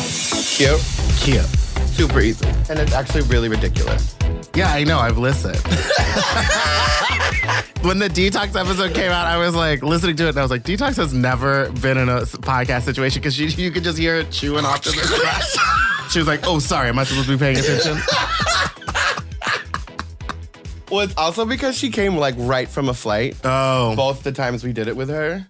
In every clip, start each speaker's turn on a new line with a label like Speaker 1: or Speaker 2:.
Speaker 1: Cute.
Speaker 2: Cute.
Speaker 1: Super easy. And it's actually really ridiculous.
Speaker 2: Yeah, I know. I've listened. when the detox episode came out, I was like listening to it, and I was like, detox has never been in a s- podcast situation because you, you could just hear it chewing off to the trash. She was like, "Oh, sorry, am I supposed to be paying attention?"
Speaker 1: Well, it's also because she came like right from a flight.
Speaker 2: Oh,
Speaker 1: Both the times we did it with her.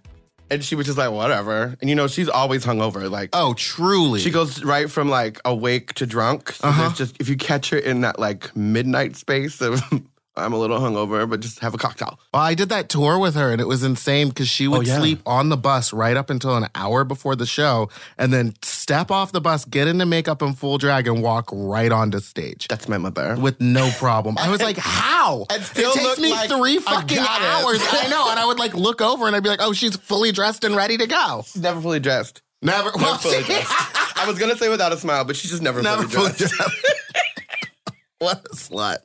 Speaker 1: And she was just like, whatever. And you know, she's always hungover. Like,
Speaker 2: oh, truly.
Speaker 1: She goes right from like awake to drunk. So there's just if you catch her in that like midnight space of I'm a little hungover, but just have a cocktail.
Speaker 2: Well, I did that tour with her and it was insane because she would
Speaker 1: yeah.
Speaker 2: sleep on the bus right up until an hour before the show and then step off the bus, get into makeup and full drag, and walk right onto stage
Speaker 1: That's my mother.
Speaker 2: with no problem. I was like, how?
Speaker 1: And still
Speaker 2: it takes
Speaker 1: look
Speaker 2: me
Speaker 1: like
Speaker 2: three
Speaker 1: a
Speaker 2: fucking
Speaker 1: goddess.
Speaker 2: hours. I know. And I would like look over and I'd be like, oh, she's fully dressed and ready to go.
Speaker 1: She's never fully dressed.
Speaker 2: Never, well,
Speaker 1: Never fully dressed. I was gonna say without a smile, but she's just never,
Speaker 2: never
Speaker 1: fully
Speaker 2: fully
Speaker 1: dressed.
Speaker 2: dressed. what a slut.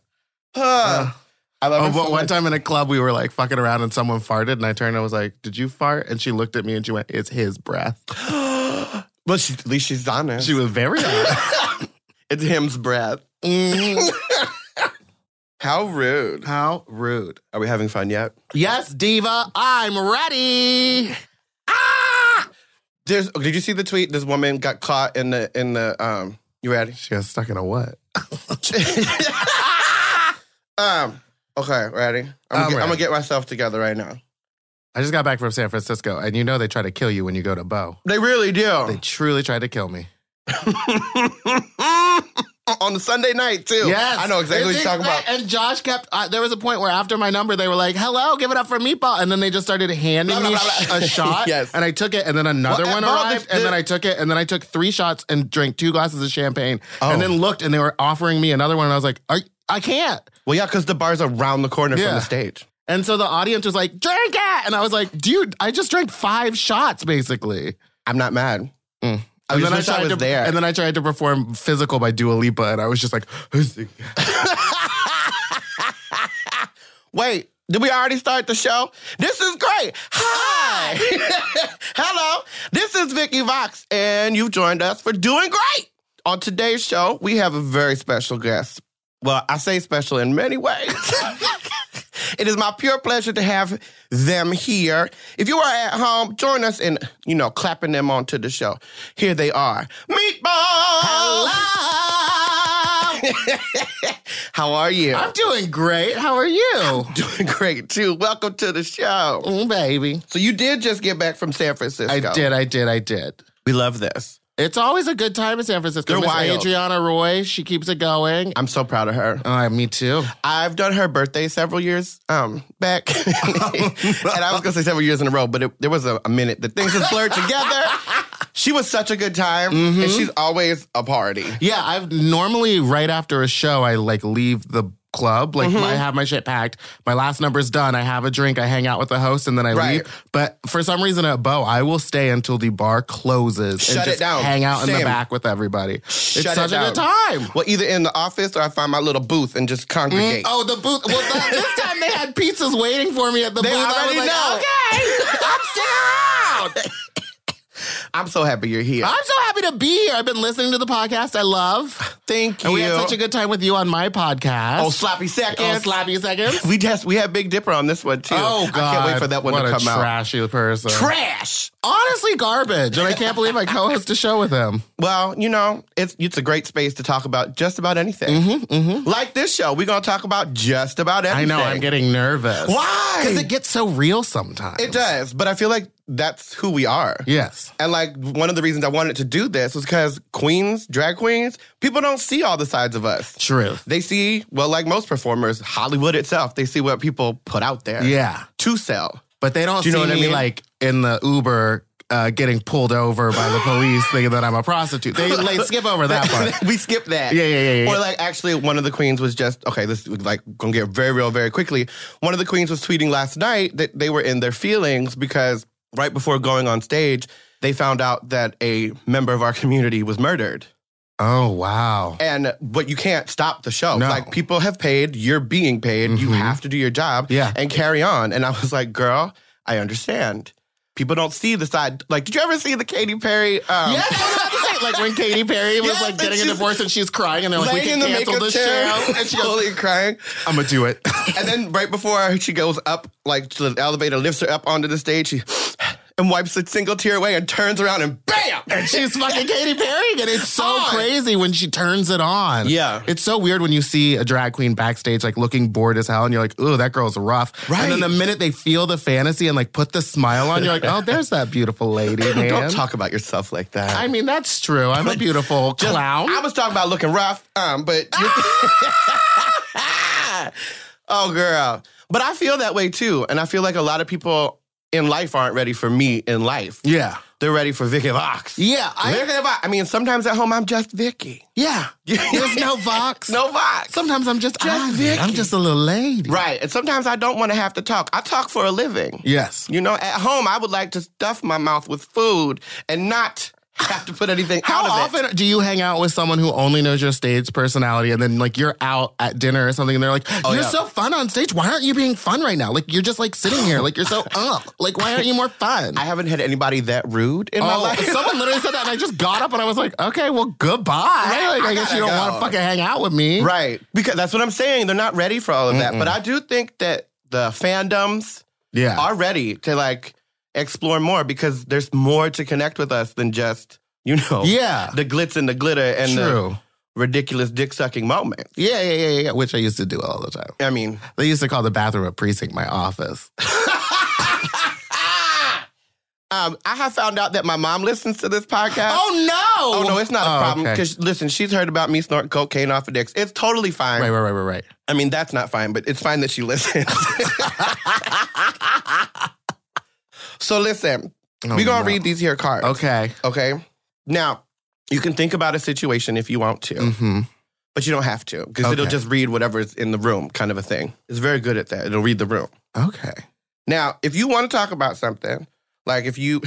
Speaker 1: Huh. I love
Speaker 2: Oh,
Speaker 1: her so
Speaker 2: but one
Speaker 1: much.
Speaker 2: time in a club, we were like fucking around and someone farted, and I turned and I was like, Did you fart? And she looked at me and she went, It's his breath.
Speaker 1: Well, she, at least she's honest.
Speaker 2: She was very honest.
Speaker 1: it's him's breath.
Speaker 2: Mhm.
Speaker 1: How rude.
Speaker 2: How rude.
Speaker 1: Are we having fun yet?
Speaker 2: Yes, Diva, I'm ready. Ah!
Speaker 1: There's. oh, Did you see the tweet? This woman got caught in the in the. Um, you ready?
Speaker 2: She got stuck in a what?
Speaker 1: um. Okay. Ready? I'm, gonna
Speaker 2: I'm
Speaker 1: get, I'm gonna
Speaker 2: ready.
Speaker 1: get myself together right now.
Speaker 2: I just got back from San Francisco, and you know they try to kill you when you go to Bo.
Speaker 1: They really
Speaker 2: They
Speaker 1: do.
Speaker 2: truly tried to kill me.
Speaker 1: On the Sunday night too.
Speaker 2: Yes,
Speaker 1: I know exactly what
Speaker 2: It's
Speaker 1: you're talking
Speaker 2: exact-
Speaker 1: about.
Speaker 2: And Josh kept. Uh, there was a point where after my number, they were like, "Hello, give it up for Meatball," and then they just started handing
Speaker 1: Blah, blah,
Speaker 2: me
Speaker 1: blah, blah.
Speaker 2: a shot.
Speaker 1: Yes.
Speaker 2: and I took it, and then another
Speaker 1: Well,
Speaker 2: one
Speaker 1: uh, well,
Speaker 2: arrived,
Speaker 1: the-
Speaker 2: and then I took it, and then I took three shots and drank two glasses of champagne,
Speaker 1: Oh.
Speaker 2: and then looked, and they were offering me another one, and I was like, Are, "I can't."
Speaker 1: Well, yeah, because the bar's around the corner
Speaker 2: Yeah.
Speaker 1: from the stage.
Speaker 2: And so the audience was like, "Drink it," and I was like, "Dude, I just drank five shots, basically."
Speaker 1: I'm not mad.
Speaker 2: Mm.
Speaker 1: I
Speaker 2: And
Speaker 1: just wish I
Speaker 2: tried
Speaker 1: was
Speaker 2: to,
Speaker 1: there.
Speaker 2: and then I tried to perform physical by Dua Lipa, and I was just like,
Speaker 1: Wait, did we already start the show? This is great. Hi. Hello. This is Vicky Vox, and you've joined us for Doing Great. On today's show, we have a very special guest. Well, I say special in many ways. it is my pure pleasure to have them here. If you are at home, join us in, you know, clapping them onto the show. Here they are. Meatball!
Speaker 2: "Hello."
Speaker 1: How are you?
Speaker 2: I'm doing great. How are you?
Speaker 1: doing great too. Welcome to the show.
Speaker 2: Mm, baby.
Speaker 1: So you did just get back from San Francisco.
Speaker 2: I did, I did, I did.
Speaker 1: We love this.
Speaker 2: It's always a good time in San Francisco.
Speaker 1: They're
Speaker 2: Miss
Speaker 1: wild.
Speaker 2: Adriana Roy, she keeps it going.
Speaker 1: I'm so proud of her.
Speaker 2: Uh, me too.
Speaker 1: I've done her birthday several years um back, and I was gonna say several years in a row, but it, there was a, a minute that things just blurred together. She was such a good time, and
Speaker 2: Mm-hmm.
Speaker 1: she's always a party.
Speaker 2: Yeah, I've normally right after a show, I like leave the club. Like
Speaker 1: Mm-hmm.
Speaker 2: I have my shit packed. My last number's done. I have a drink. I hang out with the host and then I
Speaker 1: Right.
Speaker 2: leave. But for some reason at Bo, I will stay until the bar closes and
Speaker 1: Shut it
Speaker 2: just
Speaker 1: down.
Speaker 2: hang out in the
Speaker 1: Same.
Speaker 2: back with everybody.
Speaker 1: Shut
Speaker 2: it's
Speaker 1: it
Speaker 2: such a good
Speaker 1: down.
Speaker 2: time.
Speaker 1: Well, either in the office or I find my little booth and just congregate.
Speaker 2: Oh, the booth. Well, that, this time they had pizzas waiting for me at the
Speaker 1: They
Speaker 2: booth.
Speaker 1: already
Speaker 2: I was like,
Speaker 1: know.
Speaker 2: okay, I'm still around.
Speaker 1: I'm so happy you're here.
Speaker 2: I'm so happy to be here. I've been listening to the podcast I love.
Speaker 1: Thank you.
Speaker 2: And we had such a good time with you on my podcast.
Speaker 1: oh sloppy
Speaker 2: Oh,
Speaker 1: seconds.
Speaker 2: sloppy seconds.
Speaker 1: We just we had Big Dipper on this one too.
Speaker 2: Oh, God.
Speaker 1: I can't wait for that one
Speaker 2: what
Speaker 1: to come
Speaker 2: a
Speaker 1: out.
Speaker 2: trashy person.
Speaker 1: Trash.
Speaker 2: Honestly, garbage. And I can't believe I co host a show with him.
Speaker 1: Well, you know, it's it's a great space to talk about just about anything. Like this show, we're gonna talk about just about
Speaker 2: Mm-hmm, I
Speaker 1: everything.
Speaker 2: know, I'm getting nervous.
Speaker 1: why
Speaker 2: Because it gets so real sometimes.
Speaker 1: it does, but I feel like that's who we are.
Speaker 2: Yes.
Speaker 1: And like one of the reasons I wanted to do this was because queens, drag queens, people don't see all the sides of us.
Speaker 2: Truth.
Speaker 1: They see, well, like most performers, Hollywood itself, they see what people put out there
Speaker 2: Yeah.
Speaker 1: to sell.
Speaker 2: But they don't
Speaker 1: Do you
Speaker 2: see
Speaker 1: know what I
Speaker 2: me
Speaker 1: mean?
Speaker 2: like in the Uber uh, getting pulled over by the police thinking that I'm a prostitute. They, they skip over that part.
Speaker 1: we skip that.
Speaker 2: Yeah, yeah, yeah, yeah.
Speaker 1: Or like actually one of the queens was just okay, this is like gonna get very real very quickly. One of the queens was tweeting last night that they were in their feelings because right before going on stage, they found out that a member of our community was murdered.
Speaker 2: Oh, wow.
Speaker 1: And but you can't stop the show.
Speaker 2: No. Mm-hmm.
Speaker 1: Like people have paid, you're being paid, you have to do your job
Speaker 2: Yeah.
Speaker 1: and carry on. And I was like, girl, I understand. People don't see the side. Like, did you ever see the Katy Perry? Um,
Speaker 2: Yes, I was about to say, like when Katy Perry was
Speaker 1: Yes,
Speaker 2: like
Speaker 1: and
Speaker 2: getting a
Speaker 1: she's
Speaker 2: divorce and she's crying and they're like, we
Speaker 1: laying in
Speaker 2: can
Speaker 1: the
Speaker 2: cancel
Speaker 1: makeup
Speaker 2: this
Speaker 1: chair
Speaker 2: show.
Speaker 1: and slowly crying.
Speaker 2: I'm gonna do it.
Speaker 1: And then right before she goes up, like to the elevator lifts her up onto the stage, she and wipes a single tear away and turns around and bam!
Speaker 2: And she's fucking Katy Perry, and it's so
Speaker 1: On.
Speaker 2: crazy when she turns it on.
Speaker 1: Yeah.
Speaker 2: it's so weird when you see a drag queen backstage like looking bored as hell, and you're like, "Ooh, that girl's rough."
Speaker 1: Right.
Speaker 2: And then the minute they feel the fantasy and like put the smile on, you're like, "Oh, there's that beautiful lady." Man.
Speaker 1: Don't talk about yourself like that.
Speaker 2: I mean, that's true. I'm a beautiful clown.
Speaker 1: I was talking about looking rough, um, but oh girl. But I feel that way too, and I feel like a lot of people in life aren't ready for me in life.
Speaker 2: yeah,
Speaker 1: They're ready for Vicky Vox.
Speaker 2: yeah,
Speaker 1: Vicky
Speaker 2: I,
Speaker 1: Vox. I mean, sometimes at home I'm just Vicky.
Speaker 2: yeah. There's no Vox.
Speaker 1: No Vox.
Speaker 2: Sometimes I'm just,
Speaker 1: Just
Speaker 2: Ivy.
Speaker 1: Vicky.
Speaker 2: I'm just a little lady.
Speaker 1: Right. And sometimes I don't want to have to talk. I talk for a living.
Speaker 2: Yes.
Speaker 1: You know, at home I would like to stuff my mouth with food and not have to put anything
Speaker 2: How
Speaker 1: out of it.
Speaker 2: often do you hang out with someone who only knows your stage personality and then like you're out at dinner or something and they're like, You're
Speaker 1: Oh, yeah.
Speaker 2: so fun on stage. Why aren't you being fun right now? Like you're just like sitting here, like you're so up. Like why aren't you more fun?
Speaker 1: I haven't had anybody that rude in my
Speaker 2: Oh,
Speaker 1: life.
Speaker 2: someone literally said that and I just got up and I was like, Okay, well goodbye. like, I,
Speaker 1: I
Speaker 2: guess you
Speaker 1: gotta
Speaker 2: don't want
Speaker 1: go.
Speaker 2: to fucking hang out with me.
Speaker 1: Right. Because that's what I'm saying. They're not ready for all of that. But I do think that the fandoms
Speaker 2: Yeah.
Speaker 1: are ready to like explore more because there's more to connect with us than just, you know,
Speaker 2: yeah.
Speaker 1: the glitz and the glitter and the
Speaker 2: True.
Speaker 1: ridiculous dick sucking moments.
Speaker 2: Yeah, yeah, yeah, yeah, yeah. Which I used to do all the time.
Speaker 1: I mean,
Speaker 2: They used to call the bathroom a precinct my office.
Speaker 1: um, I have found out that my mom listens to this podcast.
Speaker 2: no.
Speaker 1: Oh, no, it's not a
Speaker 2: Oh,
Speaker 1: problem.
Speaker 2: okay.
Speaker 1: Because listen, she's heard about me snorting cocaine off of dicks. It's totally fine.
Speaker 2: Right, right, right, right, right.
Speaker 1: I mean, that's not fine, but it's fine that she listens. so listen,
Speaker 2: Oh,
Speaker 1: we're gonna
Speaker 2: no.
Speaker 1: read these here cards.
Speaker 2: Okay.
Speaker 1: Okay. Now, you can think about a situation if you want to,
Speaker 2: Mm-hmm.
Speaker 1: but you don't have to, because it'll
Speaker 2: Okay.
Speaker 1: just read whatever is in the room, kind of a thing. It's very good at that. It'll read the room.
Speaker 2: Okay.
Speaker 1: Now, if you want to talk about something, like if you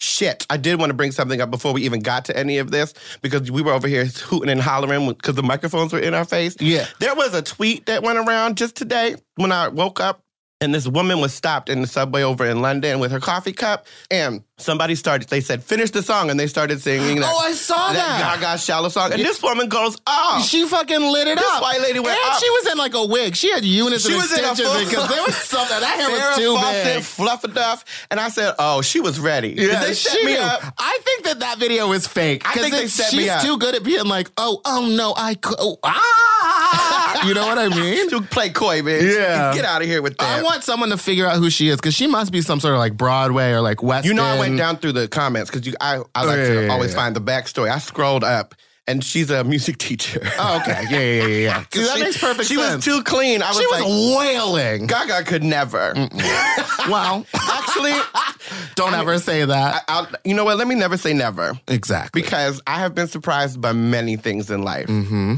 Speaker 1: shit, I did want to bring something up before we even got to any of this because we were over here hooting and hollering because the microphones were in our face.
Speaker 2: Yeah.
Speaker 1: There was a tweet that went around just today when I woke up, and this woman was stopped in the subway over in London with her coffee cup, and somebody started. They said, "Finish the song," and they started singing that,
Speaker 2: Oh, I
Speaker 1: that
Speaker 2: saw that.
Speaker 1: Gaga "Shallow" song, and this woman goes "Oh, off.
Speaker 2: She fucking lit it
Speaker 1: This
Speaker 2: up.
Speaker 1: white lady went
Speaker 2: and
Speaker 1: up.
Speaker 2: she was in like a wig. She had units
Speaker 1: She
Speaker 2: and
Speaker 1: was in a
Speaker 2: extensions
Speaker 1: full-
Speaker 2: because there was something that hair
Speaker 1: Sarah
Speaker 2: was too
Speaker 1: Fawcett,
Speaker 2: big.
Speaker 1: Fluffaduff, and I said, "Oh, she was ready." they set
Speaker 2: she
Speaker 1: me
Speaker 2: knew.
Speaker 1: up.
Speaker 2: I think that that video is fake.
Speaker 1: I
Speaker 2: 'Cause
Speaker 1: think they
Speaker 2: it's-
Speaker 1: set
Speaker 2: she's
Speaker 1: me up.
Speaker 2: too good at being like, oh, oh no, I cou- oh, ah. you know what I mean?
Speaker 1: to play coy, bitch.
Speaker 2: Yeah.
Speaker 1: Get out of here with that.
Speaker 2: I want someone to figure out who she is because she must be some sort of like Broadway or like West.
Speaker 1: you know, I
Speaker 2: End.
Speaker 1: went down through the comments because I, I like
Speaker 2: yeah,
Speaker 1: to
Speaker 2: yeah,
Speaker 1: always
Speaker 2: yeah.
Speaker 1: find the backstory. I scrolled up, and she's a music teacher.
Speaker 2: Oh, okay. Yeah, yeah, yeah, yeah. See, that
Speaker 1: She-
Speaker 2: makes perfect
Speaker 1: she
Speaker 2: sense.
Speaker 1: was too clean. I was
Speaker 2: she was Mm.
Speaker 1: like,
Speaker 2: wailing.
Speaker 1: Gaga could never.
Speaker 2: Wow.
Speaker 1: Actually, I,
Speaker 2: Don't ever say that.
Speaker 1: I'll, you know what? Let me never say never
Speaker 2: exactly.
Speaker 1: because I have been surprised by many things in life.
Speaker 2: mm-hmm.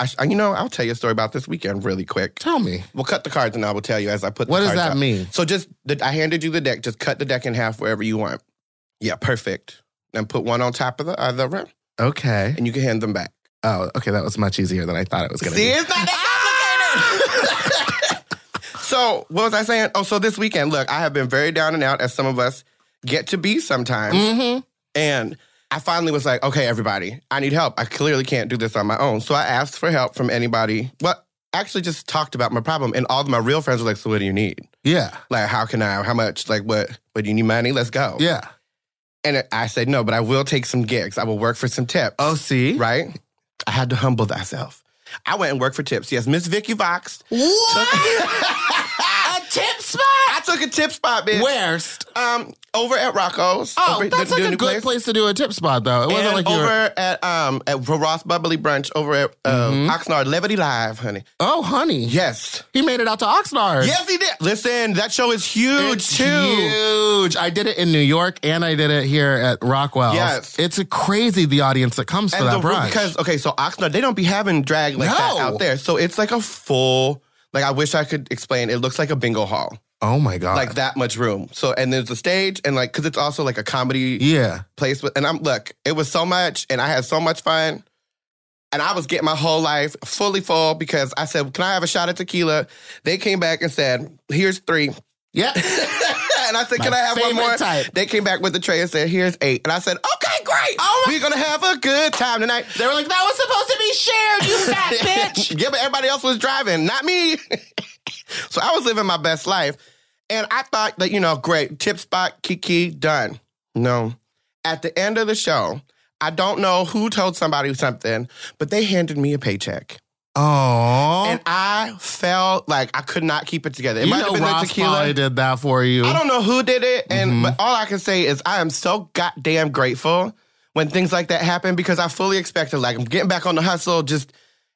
Speaker 1: I sh- you know, I'll tell you a story about this weekend really quick.
Speaker 2: Tell me.
Speaker 1: We'll cut the cards and I will tell you as I put.
Speaker 2: What
Speaker 1: the
Speaker 2: does
Speaker 1: cards
Speaker 2: that
Speaker 1: up.
Speaker 2: mean?
Speaker 1: So just the, I handed you the deck. Just cut the deck in half wherever you want. Yeah, perfect. And put one on top of the other,
Speaker 2: Okay.
Speaker 1: and you can hand them back.
Speaker 2: Oh, okay. That was much easier than I thought it was going to
Speaker 1: See,
Speaker 2: be.
Speaker 1: it's not that complicated. so, what was I saying? Oh, so this weekend, look, I have been very down and out, as some of us get to be sometimes.
Speaker 2: Mm-hmm.
Speaker 1: And I finally was like, okay, everybody, I need help. I clearly can't do this on my own. So I asked for help from anybody. Well, actually, just talked about my problem, and all of my real friends were like, so what do you need?
Speaker 2: Yeah.
Speaker 1: Like, how can I? How much? Like, what? What do you need money? Let's go.
Speaker 2: Yeah.
Speaker 1: And I said, no, but I will take some gigs. I will work for some tips.
Speaker 2: Oh, see?
Speaker 1: right? I had to humble thyself. I went and worked for tips. Yes, Miss Vicky Vox
Speaker 2: What? a tip spot?
Speaker 1: I took a tip spot, bitch.
Speaker 2: Worst.
Speaker 1: Um, over at Rocco's.
Speaker 2: Oh,
Speaker 1: over,
Speaker 2: that's
Speaker 1: the-
Speaker 2: like
Speaker 1: the
Speaker 2: a
Speaker 1: new
Speaker 2: good place. to do a tip spot, though. It wasn't
Speaker 1: And
Speaker 2: like you
Speaker 1: over
Speaker 2: were,
Speaker 1: at um at Ross Bubbly Brunch over at uh,
Speaker 2: Mm-hmm.
Speaker 1: Oxnard Levity Live, honey.
Speaker 2: oh, honey.
Speaker 1: Yes,
Speaker 2: He made it out to Oxnard.
Speaker 1: yes, he did. Listen, that show is huge
Speaker 2: It's
Speaker 1: too.
Speaker 2: huge. I did it in New York and I did it here at Rockwell.
Speaker 1: Yes.
Speaker 2: It's crazy the audience that comes to
Speaker 1: And
Speaker 2: that
Speaker 1: the room-
Speaker 2: brunch.
Speaker 1: because okay, so Oxnard they don't be having drag like that
Speaker 2: No.
Speaker 1: out there, so it's like a full. Like I wish I could explain. It looks like a bingo hall,
Speaker 2: oh my God.
Speaker 1: like that much room. So and there's a stage and like because it's also like a comedy
Speaker 2: Yeah.
Speaker 1: place with and I'm look, it was so much and I had so much fun. And I was getting my whole life fully full because I said, Can I have a shot of tequila? They came back and said, Here's three. and
Speaker 2: Yeah.
Speaker 1: I said, Can
Speaker 2: My
Speaker 1: I have one
Speaker 2: favorite
Speaker 1: more?
Speaker 2: type.
Speaker 1: They came back with the tray and said, Here's eight. And I said, Okay, great. great.
Speaker 2: Oh
Speaker 1: We're gonna have a good time tonight.
Speaker 2: They were like, that was supposed to be shared, you fat bitch.
Speaker 1: yeah, but everybody else was driving, not me. so I was living my best life. And I thought that, you know, great, tip spot, Kiki, done. No. At the end of the show, I don't know who told somebody something, but they handed me a paycheck.
Speaker 2: Oh.
Speaker 1: And I felt like I could not keep it together. It
Speaker 2: you
Speaker 1: might have
Speaker 2: know
Speaker 1: been
Speaker 2: Ross
Speaker 1: the tequila.
Speaker 2: probably did that for you.
Speaker 1: I don't know who did it, and
Speaker 2: Mhm.
Speaker 1: but all I can say is I am so goddamn grateful when things like that happen because I fully expected like I'm getting back on the hustle, just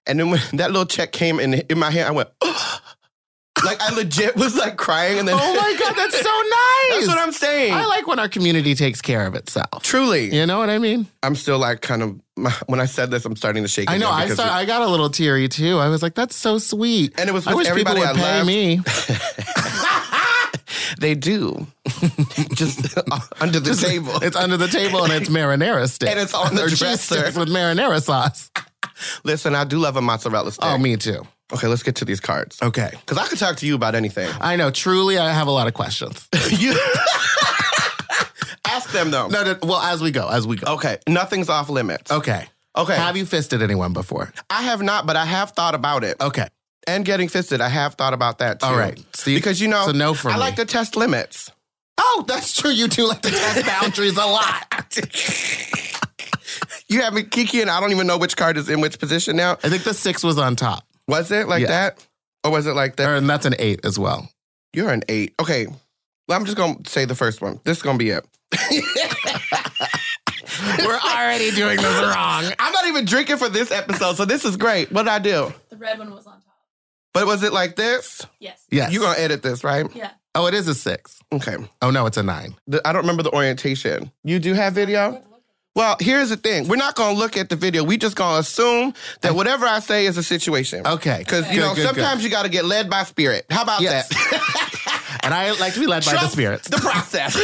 Speaker 1: and then when that little check came in in my hand, I went like I legit was like crying, and then
Speaker 2: oh my god, that's so nice.
Speaker 1: that's what I'm saying.
Speaker 2: I like when our community takes care of itself.
Speaker 1: Truly,
Speaker 2: You know what I mean?
Speaker 1: I'm still like kind of my, when I said this, I'm starting to shake.
Speaker 2: I know.
Speaker 1: again
Speaker 2: I
Speaker 1: because-
Speaker 2: start, I got a little teary too. I was like, "That's so sweet."
Speaker 1: And it was
Speaker 2: I
Speaker 1: with
Speaker 2: wish people
Speaker 1: everybody
Speaker 2: would
Speaker 1: I
Speaker 2: pay
Speaker 1: loved.
Speaker 2: me.
Speaker 1: they do just under the table.
Speaker 2: It's under the table and it's marinara sticks.
Speaker 1: And it's on their
Speaker 2: They're cheese
Speaker 1: dresser.
Speaker 2: sticks with marinara sauce.
Speaker 1: Listen, I do love a mozzarella stick.
Speaker 2: Oh, me too.
Speaker 1: okay, let's get to these cards
Speaker 2: Okay.
Speaker 1: because I could talk to you about anything.
Speaker 2: I know. Truly, I have a lot of questions.
Speaker 1: You ask them though.
Speaker 2: no, no, well, as we go, as we go.
Speaker 1: Okay, nothing's off limits.
Speaker 2: Okay.
Speaker 1: Okay,
Speaker 2: Have you fisted anyone before?
Speaker 1: I have not, but I have thought about it. Oh,
Speaker 2: Okay.
Speaker 1: And getting fisted, I have thought about that too.
Speaker 2: All right. See,
Speaker 1: because you know,
Speaker 2: so no for
Speaker 1: I
Speaker 2: me.
Speaker 1: like to test limits.
Speaker 2: Oh, that's true. You do like to test boundaries a lot.
Speaker 1: You have me Kiki, and I don't even know which card is in which position now.
Speaker 2: I think the six was on top,
Speaker 1: Was it like
Speaker 2: Yeah. Er-
Speaker 1: that, or was it like that?
Speaker 2: Or- and that's an eight as well.
Speaker 1: You're an eight. Okay, well, I'm just gonna say the first one. This is gonna be it.
Speaker 2: We're already doing this wrong.
Speaker 1: I'm not even drinking for this episode, so this is great. What did I do?
Speaker 3: The red one was on top.
Speaker 1: But was it like this?
Speaker 3: Yes.
Speaker 2: Yes.
Speaker 1: You're gonna edit this, right?
Speaker 3: Yeah.
Speaker 2: oh, it is a six.
Speaker 1: Okay.
Speaker 2: Oh no, it's a nine.
Speaker 1: The- I don't remember the orientation. You do have video? Well, here's the thing. We're not going to look at the video. We just going to assume that whatever I say is a situation.
Speaker 2: Okay.
Speaker 1: Because, you
Speaker 2: Good,
Speaker 1: know,
Speaker 2: good, good.
Speaker 1: sometimes you got to get led by spirit. How about
Speaker 2: Yes.
Speaker 1: that?
Speaker 2: and I like to be led by the
Speaker 1: Trust
Speaker 2: spirits.
Speaker 1: The process.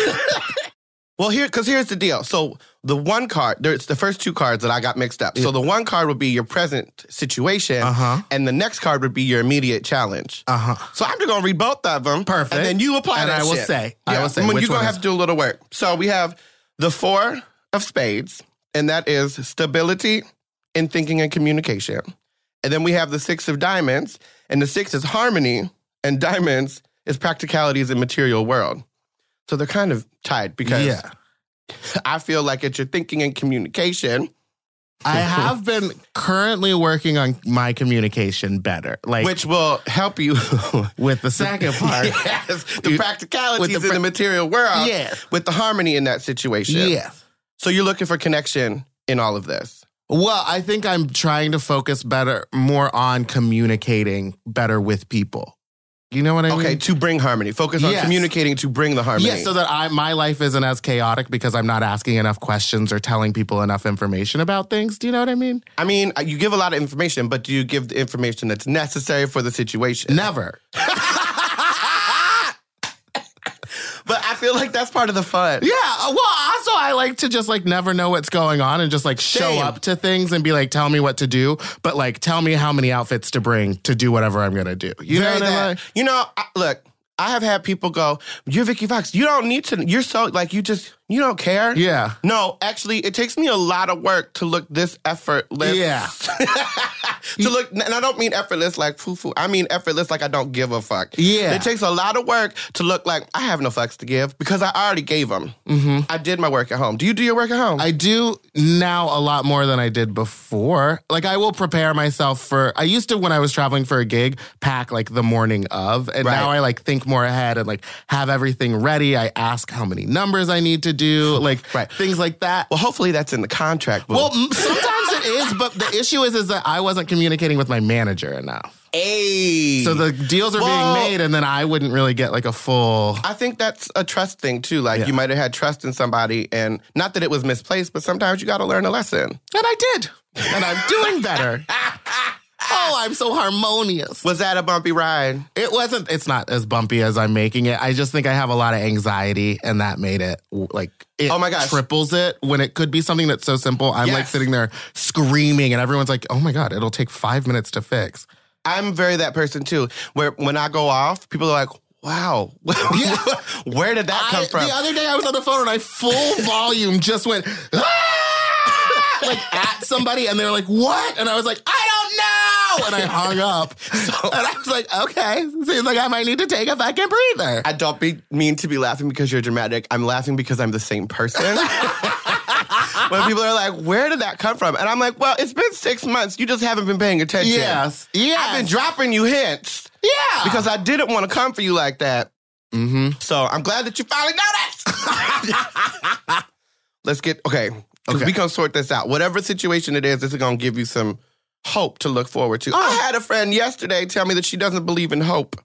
Speaker 1: well, here, because here's the deal. So the one card, there's the first two cards that I got mixed up. So the one card would be your present situation.
Speaker 2: Uh-huh.
Speaker 1: And the next card would be your immediate challenge.
Speaker 2: Uh huh.
Speaker 1: So I'm just gonna read both of them.
Speaker 2: Perfect.
Speaker 1: And then you apply
Speaker 2: And
Speaker 1: that
Speaker 2: I will
Speaker 1: shit.
Speaker 2: say- I will say
Speaker 1: When
Speaker 2: which
Speaker 1: you're gonna
Speaker 2: one
Speaker 1: have to
Speaker 2: is-
Speaker 1: do a little work. So we have the four of spades, and that is stability in thinking and communication. And then we have the six of diamonds, and the six is harmony, and diamonds is practicalities in material world. So they're kind of tied because
Speaker 2: Yeah.
Speaker 1: I feel like it's your thinking and communication,
Speaker 2: I have been currently working on my communication better, like
Speaker 1: which will help you
Speaker 2: with the second part.
Speaker 1: yes, the
Speaker 2: You-
Speaker 1: practicalities
Speaker 2: with the
Speaker 1: in the
Speaker 2: prac-
Speaker 1: material world,
Speaker 2: Yeah.
Speaker 1: with the harmony in that situation.
Speaker 2: Yeah.
Speaker 1: So you're looking for connection in all of this.
Speaker 2: Well, I think I'm trying to focus better, more on communicating better with people. You know what I
Speaker 1: Okay,
Speaker 2: mean?
Speaker 1: to bring harmony. Focus on
Speaker 2: Yes.
Speaker 1: communicating to bring the harmony.
Speaker 2: Yeah, so that I my life isn't as chaotic because I'm not asking enough questions or telling people enough information about things. Do you know what I mean?
Speaker 1: I mean, uh, you give a lot of information, but do you give the information that's necessary for the situation?
Speaker 2: Never.
Speaker 1: But I feel like that's part of the fun.
Speaker 2: Yeah. uh, Well, also I like to just like never know what's going on and just like show
Speaker 1: Same.
Speaker 2: up to things and be like, tell me what to do, but like tell me how many outfits to bring to do whatever I'm gonna do. You know
Speaker 1: Very
Speaker 2: what I
Speaker 1: that.
Speaker 2: mean?
Speaker 1: You know, I, look, I have had people go, "You're Vicky Fox. You don't need to. You're so like you just you don't care."
Speaker 2: Yeah.
Speaker 1: No, actually, it takes me a lot of work to look this effortless.
Speaker 2: Yeah.
Speaker 1: to look, and I don't mean effortless like foo foo. I mean effortless like I don't give a fuck.
Speaker 2: Yeah.
Speaker 1: It takes a lot of work to look like I have no fucks to give because I already gave them. Mm-hmm. I did my work at home. Do you do your work at home?
Speaker 2: I do now a lot more than I did before. Like I will prepare myself for I used to when I was traveling for a gig, pack like the morning of. And now
Speaker 1: Right.
Speaker 2: I like think more ahead and like have everything ready. I ask how many numbers I need to do, like
Speaker 1: Right.
Speaker 2: things like that.
Speaker 1: well, hopefully that's in the contract. Boo.
Speaker 2: Well, m- sometimes it is, but the issue is is that I wasn't communicating with my manager enough.
Speaker 1: hey.
Speaker 2: So the deals are
Speaker 1: Well-
Speaker 2: being made and then I wouldn't really get like a full
Speaker 1: I think that's a trust thing too. Like
Speaker 2: Yeah.
Speaker 1: you might have had trust in somebody, and not that it was misplaced, but sometimes you got to learn a lesson.
Speaker 2: And I did. And I'm doing better. oh, I'm so harmonious.
Speaker 1: Was that a bumpy ride?
Speaker 2: It wasn't. It's not as bumpy as I'm making it. I just think I have a lot of anxiety, and that made it like it
Speaker 1: Oh my gosh.
Speaker 2: triples it when it could be something that's so simple. I'm like
Speaker 1: Yes.
Speaker 2: sitting there screaming, and everyone's like, "Oh my god, it'll take five minutes to fix."
Speaker 1: I'm very that person too. Where when I go off, people are like, "Wow, where did that come
Speaker 2: I-
Speaker 1: from?"
Speaker 2: The other day, I was on the phone and I full volume just went. "Ah!" like at somebody and they were like, what? And I was like, I don't know. And I hung up. and I was like, okay, seems like I might need to take a fucking breather.
Speaker 1: I don't be mean to be laughing because you're dramatic. I'm laughing because I'm the same person. when people are like, "Where did that come from?" and I'm like, "Well, it's been six months. You just haven't been paying attention."
Speaker 2: yes. Yes.
Speaker 1: I've been dropping you hints
Speaker 2: yeah.
Speaker 1: because I didn't want to come for you like that.
Speaker 2: mm-hmm.
Speaker 1: So I'm glad that you finally noticed. Let's get okay. 'cause
Speaker 2: Okay.
Speaker 1: We can sort this out. Whatever situation it is, this is gonna give you some hope to look forward to. I had a friend yesterday tell me that she doesn't believe in hope.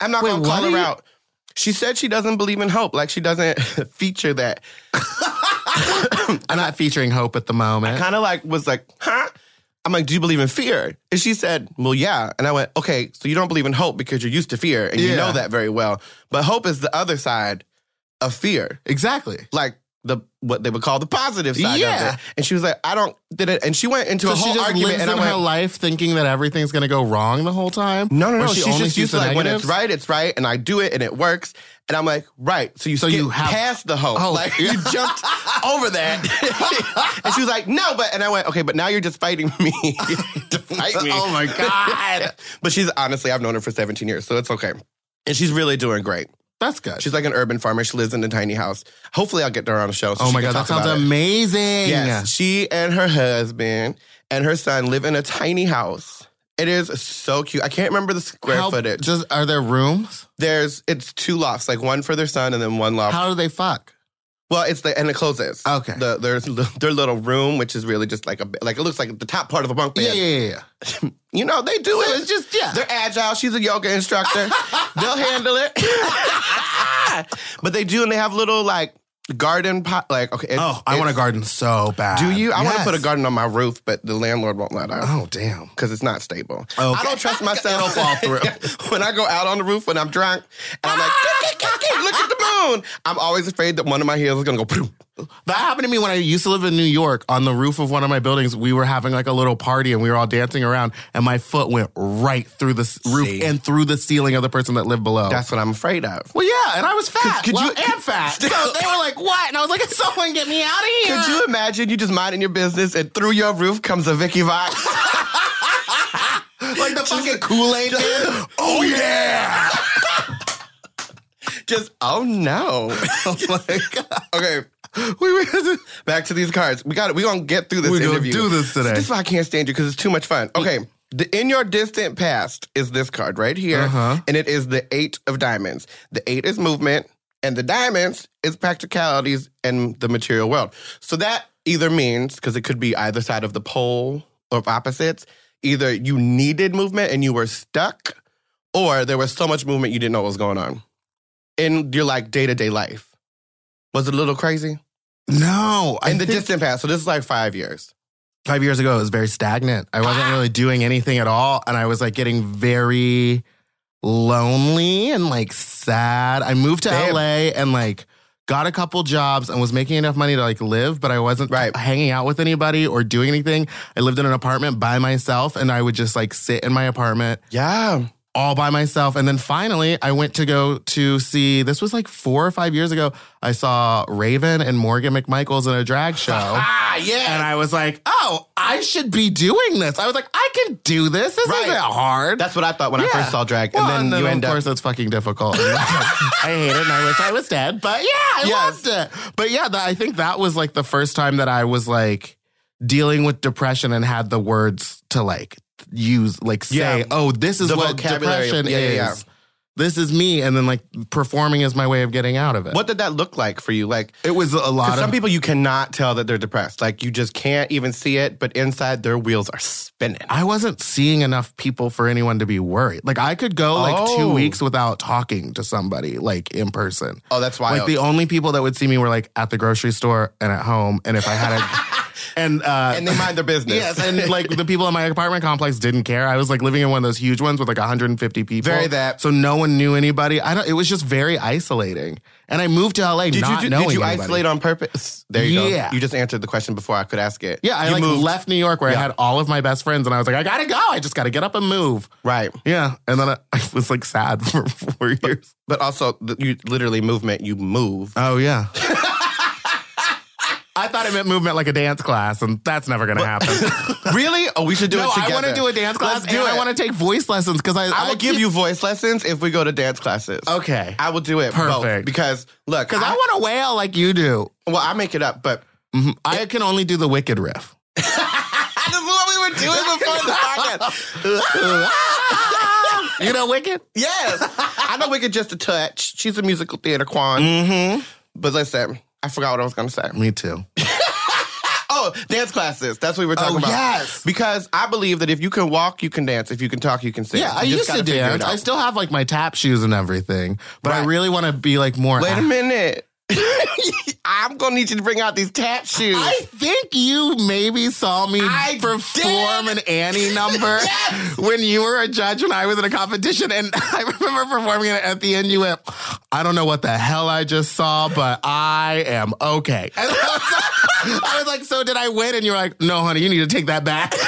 Speaker 1: I'm not
Speaker 2: Wait,
Speaker 1: gonna
Speaker 2: what
Speaker 1: call
Speaker 2: are
Speaker 1: her
Speaker 2: you-
Speaker 1: out. She said she doesn't believe in hope, like she doesn't feature that.
Speaker 2: I'm not featuring hope at the moment.
Speaker 1: Kind of like was like, huh? I'm like, do you believe in fear? And she said, well, yeah. And I went, okay, so you don't believe in hope because you're used to fear and you
Speaker 2: Yeah.
Speaker 1: know that very well. But hope is the other side of fear.
Speaker 2: exactly.
Speaker 1: like the what they would call the positive side
Speaker 2: Yeah.
Speaker 1: of it. And she was like, I don't did it and she went into
Speaker 2: So
Speaker 1: a
Speaker 2: she
Speaker 1: whole
Speaker 2: just
Speaker 1: argument
Speaker 2: lives
Speaker 1: and I
Speaker 2: in
Speaker 1: went
Speaker 2: her life thinking that everything's gonna go wrong the whole time.
Speaker 1: No, no,
Speaker 2: Or
Speaker 1: no.
Speaker 2: she
Speaker 1: She's
Speaker 2: only
Speaker 1: just
Speaker 2: sees
Speaker 1: used to
Speaker 2: the
Speaker 1: like when it's
Speaker 2: negatives?
Speaker 1: right, it's right, and I do it and it works. And I'm like, right. So you
Speaker 2: So
Speaker 1: skip
Speaker 2: you have-
Speaker 1: past the hope.
Speaker 2: Oh.
Speaker 1: Like you jumped over that. and she was like, no, but and I went, okay, but now you're just fighting me to fight me.
Speaker 2: Oh my god,
Speaker 1: But she's honestly, I've known her for 17 years, so it's okay. And she's really doing great.
Speaker 2: that's good.
Speaker 1: She's like an urban farmer. She lives in a tiny house. Hopefully, I'll get her on the show. So
Speaker 2: oh
Speaker 1: she
Speaker 2: my
Speaker 1: can
Speaker 2: god, that
Speaker 1: talk about
Speaker 2: sounds
Speaker 1: it.
Speaker 2: amazing.
Speaker 1: Yes, she and her husband and her son live in a tiny house. It is so cute. I can't remember the square
Speaker 2: How-
Speaker 1: footage.
Speaker 2: Just are there rooms?
Speaker 1: There's it's two lofts, like one for their son and then one loft.
Speaker 2: How do they fuck?
Speaker 1: well, it's the and it closes.
Speaker 2: Okay.
Speaker 1: The, there's li- their little room, which is really just like a like it looks like the top part of a bunk bed.
Speaker 2: Yeah, yeah, yeah. yeah.
Speaker 1: You know they do it.
Speaker 2: it's just yeah.
Speaker 1: They're agile. She's a yoga instructor. They'll handle it. but they do, and they have little like garden pot. Like okay. It's,
Speaker 2: oh, I
Speaker 1: it's-
Speaker 2: want a garden so bad.
Speaker 1: Do you? I want to
Speaker 2: Yes.
Speaker 1: put a garden on my roof, but the landlord won't let us.
Speaker 2: Oh damn.
Speaker 1: because it's not stable.
Speaker 2: Okay.
Speaker 1: I don't trust myself.
Speaker 2: It'll fall through.
Speaker 1: when I go out on the roof when I'm drunk and I'm like, "Kick, kick, kick, kick, look at the moon. I'm always afraid that one of my heels is gonna go. Poof.
Speaker 2: That happened to me when I used to live in New York. On the roof of one of my buildings, we were having like a little party and we were all dancing around, and my foot went right through the s- roof
Speaker 1: See?
Speaker 2: and through the ceiling of the person that lived below.
Speaker 1: That's what I'm afraid of.
Speaker 2: well, yeah, and I was fat.
Speaker 1: could
Speaker 2: well,
Speaker 1: you-
Speaker 2: and fat. So they were like, "What?" And I was like, "Someone get me out of here!"
Speaker 1: Could you imagine you just minding your business and through your roof comes a Vicky Vox? like the fucking Kool Aid man?
Speaker 2: oh yeah.
Speaker 1: Just, oh no. Oh my God. Okay. We were back to these cards. We got it. We're gonna get through this
Speaker 2: We're gonna
Speaker 1: interview.
Speaker 2: do this today. Mm.
Speaker 1: This is why I can't stand you because it's too much fun. Okay. The in your distant past is this card right here.
Speaker 2: Uh-huh.
Speaker 1: And it is the eight of diamonds. The eight is movement, and the diamonds is practicalities and the material world. So that either means, because it could be either side of the pole of opposites, either you needed movement and you were stuck, or there was so much movement you didn't know what was going on in your like day-to-day life. Was it a little crazy?
Speaker 2: No, I
Speaker 1: in the
Speaker 2: think
Speaker 1: distant past. So this is like five years.
Speaker 2: five years ago, it was very stagnant. I wasn't really doing anything at all, and I was like getting very lonely and like sad. I moved to
Speaker 1: Damn.
Speaker 2: LA and like got a couple jobs and was making enough money to like live, but I wasn't
Speaker 1: Right.
Speaker 2: hanging out with anybody or doing anything. I lived in an apartment by myself, and I would just like sit in my apartment
Speaker 1: Yeah.
Speaker 2: all by myself. And then finally, I went to go to see, this was like four or five years ago. I saw Raven and Morgan McMichaels in a drag show.
Speaker 1: Ah, yeah.
Speaker 2: And I was like, oh, I should be doing this. I was like, I can do this. This
Speaker 1: Right.
Speaker 2: isn't hard.
Speaker 1: That's what I thought when I
Speaker 2: Yeah.
Speaker 1: first saw drag.
Speaker 2: Well,
Speaker 1: and then you
Speaker 2: of
Speaker 1: end up.
Speaker 2: course, it's fucking difficult. I hate it, and I wish I was dead. But yeah, I
Speaker 1: Yes.
Speaker 2: loved it. But yeah, that I think that was like the first time that I was like dealing with depression and had the words to like use, like say,
Speaker 1: Yeah.
Speaker 2: "Oh, this is
Speaker 1: The
Speaker 2: what
Speaker 1: vocabulary.
Speaker 2: depression
Speaker 1: Yeah,
Speaker 2: is.
Speaker 1: yeah, yeah.
Speaker 2: This is me." And then like performing is my way of getting out of it.
Speaker 1: What did that look like for you? Like,
Speaker 2: It was a lot
Speaker 1: 'cause
Speaker 2: of
Speaker 1: some people you cannot tell that they're depressed. Like, you just can't even see it, but inside their wheels are spinning.
Speaker 2: I wasn't seeing enough people for anyone to be worried. Like I could go like
Speaker 1: Oh.
Speaker 2: two weeks without talking to somebody like in person.
Speaker 1: Oh, that's wild.
Speaker 2: Like the only people that would see me were like at the grocery store and at home, and if I had a and uh,
Speaker 1: and they mind their business.
Speaker 2: yes, and like the people in my apartment complex didn't care. I was like living in one of those huge ones with like 150 people.
Speaker 1: Very that.
Speaker 2: So no one knew anybody. I don't. It was just very isolating. And I moved to LA
Speaker 1: did you,
Speaker 2: not
Speaker 1: do,
Speaker 2: knowing
Speaker 1: did you
Speaker 2: anybody.
Speaker 1: isolate on purpose? There you
Speaker 2: Yeah.
Speaker 1: go. You just answered the question before I could ask it.
Speaker 2: Yeah, I
Speaker 1: you
Speaker 2: like
Speaker 1: moved.
Speaker 2: left New York where
Speaker 1: Yeah.
Speaker 2: I had all of my best friends, and I was like, I gotta go. I just gotta get up and move.
Speaker 1: Right.
Speaker 2: Yeah, and then I, I was like sad for four years.
Speaker 1: But also, th- you literally movement, you move.
Speaker 2: Oh yeah, I thought it meant movement like a dance class, and that's never gonna happen.
Speaker 1: really? Oh, we should do
Speaker 2: no,
Speaker 1: it
Speaker 2: I
Speaker 1: together.
Speaker 2: want to do a dance class.
Speaker 1: Let's do
Speaker 2: and
Speaker 1: it.
Speaker 2: I want to take voice lessons because I.
Speaker 1: I will give
Speaker 2: keep-
Speaker 1: you voice lessons if we go to dance classes.
Speaker 2: Okay.
Speaker 1: I will do it both
Speaker 2: Perfect.
Speaker 1: because look,
Speaker 2: Because I, want to wail like you do.
Speaker 1: well, I make it up, but
Speaker 2: Mhm. I can only do the wicked riff.
Speaker 1: this is what we were doing before the podcast.
Speaker 2: You know, wicked.
Speaker 1: yes, I know we could just a touch. She's a musical theater quan,
Speaker 2: Mm-hmm.
Speaker 1: but listen, I forgot what I was gonna say.
Speaker 2: Me too.
Speaker 1: Oh, dance classes. That's what we were talking
Speaker 2: Oh,
Speaker 1: about.
Speaker 2: yes.
Speaker 1: Because I believe that if you can walk, you can dance. If you can talk, you can sing.
Speaker 2: Yeah, I
Speaker 1: You just
Speaker 2: used to
Speaker 1: gotta figure it
Speaker 2: dance.
Speaker 1: out.
Speaker 2: I still have like my tap shoes and everything, but I
Speaker 1: Right.
Speaker 2: really want to be like more.
Speaker 1: Wait a
Speaker 2: act-
Speaker 1: minute. I'm gonna need you to bring out these tap shoes.
Speaker 2: I think you maybe saw me
Speaker 1: I
Speaker 2: perform an Annie number when you were a judge when I was in a competition, and I remember performing it at the end. You went, "I don't know what the hell I just saw, but I am okay." And I, was like, I was like, "So did I win?" And you were like, "No, honey, you need to take that back."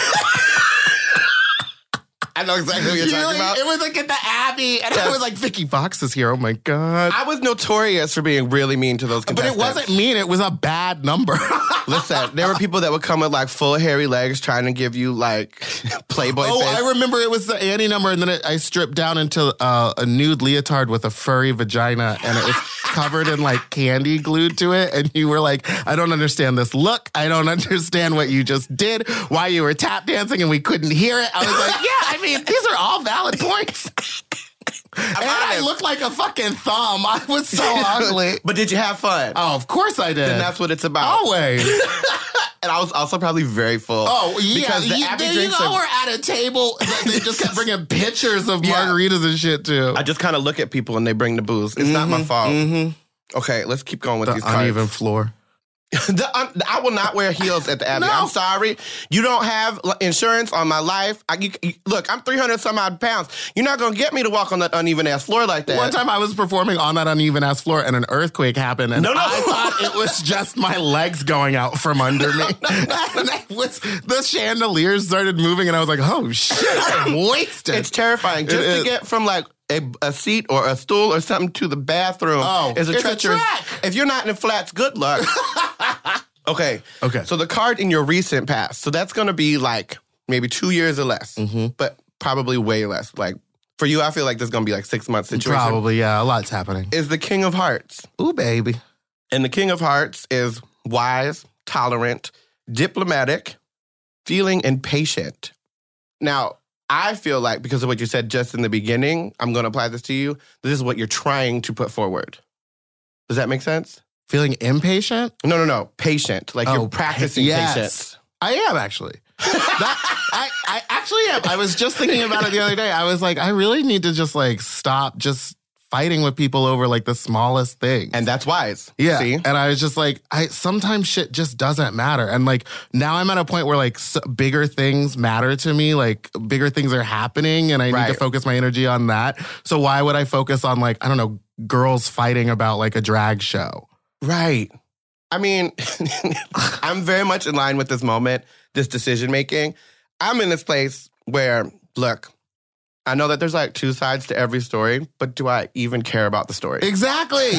Speaker 1: I know exactly what
Speaker 2: You like- It was like at the Abbey, and I
Speaker 1: Yes.
Speaker 2: was like, "Vicky Fox is here." Oh my god!
Speaker 1: I was notorious for being really mean to those
Speaker 2: but it
Speaker 1: contestants.
Speaker 2: wasn't mean. It was a bad number.
Speaker 1: Listen, there were people that would come with like full hairy legs trying to give you like Playboy
Speaker 2: Oh,
Speaker 1: face.
Speaker 2: I remember it was the Annie number, and then it, I stripped down into uh, a nude leotard with a furry vagina, and it was covered in like candy glued to it. And you were like, "I don't understand this look. I don't understand what you just did. Why you were tap dancing and we couldn't hear it." I was like, "Yeah, I mean, these are all valid points." and I
Speaker 1: honest.
Speaker 2: looked like a fucking thumb. I was so ugly.
Speaker 1: but did you have fun?
Speaker 2: Oh, of course I did.
Speaker 1: And that's what it's about.
Speaker 2: Always.
Speaker 1: And I was also probably very full.
Speaker 2: Oh, yeah.
Speaker 1: Because the
Speaker 2: you,
Speaker 1: Abbey
Speaker 2: there you
Speaker 1: drinks
Speaker 2: all
Speaker 1: are-
Speaker 2: were at a table. They just kept bringing pictures of
Speaker 1: Yeah.
Speaker 2: margaritas and shit, too.
Speaker 1: I just kind of look at people and they bring the booze. It's not
Speaker 2: Mm-hmm,
Speaker 1: my fault. Okay, let's keep going with these cards.
Speaker 2: floor.
Speaker 1: The un- the- I will not wear heels at the Abbey.
Speaker 2: No.
Speaker 1: I'm sorry. You don't have l- insurance on my life. I, you, you- look, I'm 300 some odd pounds. You're not going to get me to walk on that uneven ass floor like that.
Speaker 2: One time I was performing on that uneven ass floor and an earthquake happened and
Speaker 1: No, no.
Speaker 2: I thought it was just my legs going out from under me. and I was, the chandeliers started moving and I was like, oh shit, I'm wasted.
Speaker 1: It's terrifying. Just to
Speaker 2: is.
Speaker 1: get from like a, a seat or a stool or something to the bathroom
Speaker 2: Oh,
Speaker 1: is a
Speaker 2: it's a
Speaker 1: treacherous.
Speaker 2: trek.
Speaker 1: If you're not in flats, good luck. okay.
Speaker 2: Okay.
Speaker 1: So the card in your recent past. So that's going to be like maybe two years or less,
Speaker 2: Mm-hmm.
Speaker 1: but probably way less. Like for you, I feel like there's going to be like six months situation.
Speaker 2: Probably, yeah, a lot's happening.
Speaker 1: Is the King of Hearts,
Speaker 2: Ooh, baby.
Speaker 1: and the King of Hearts is wise, tolerant, diplomatic, feeling, and patient. Now, I feel like because of what you said just in the beginning, I'm going to apply this to you. This is what you're trying to put forward. Does that make sense?
Speaker 2: Feeling impatient?
Speaker 1: No, no, no. Patient. Like
Speaker 2: Oh,
Speaker 1: you're practicing
Speaker 2: pa- yes.
Speaker 1: patience.
Speaker 2: I am actually. That- I, I actually am. I was just thinking about it the other day. I was like, I really need to just like stop just fighting with people over like the smallest thing.
Speaker 1: And that's wise.
Speaker 2: yeah.
Speaker 1: See?
Speaker 2: And I was just like, I sometimes shit just doesn't matter. And like now I'm at a point where like s- bigger things matter to me. Like bigger things are happening and I need
Speaker 1: Right.
Speaker 2: to focus my energy on that. So why would I focus on like, I don't know, girls fighting about like a drag show?
Speaker 1: Right. I mean, I'm very much in line with this moment, this decision making. I'm in this place where, look, I know that there's like two sides to every story, but do I even care about the story?
Speaker 2: Exactly.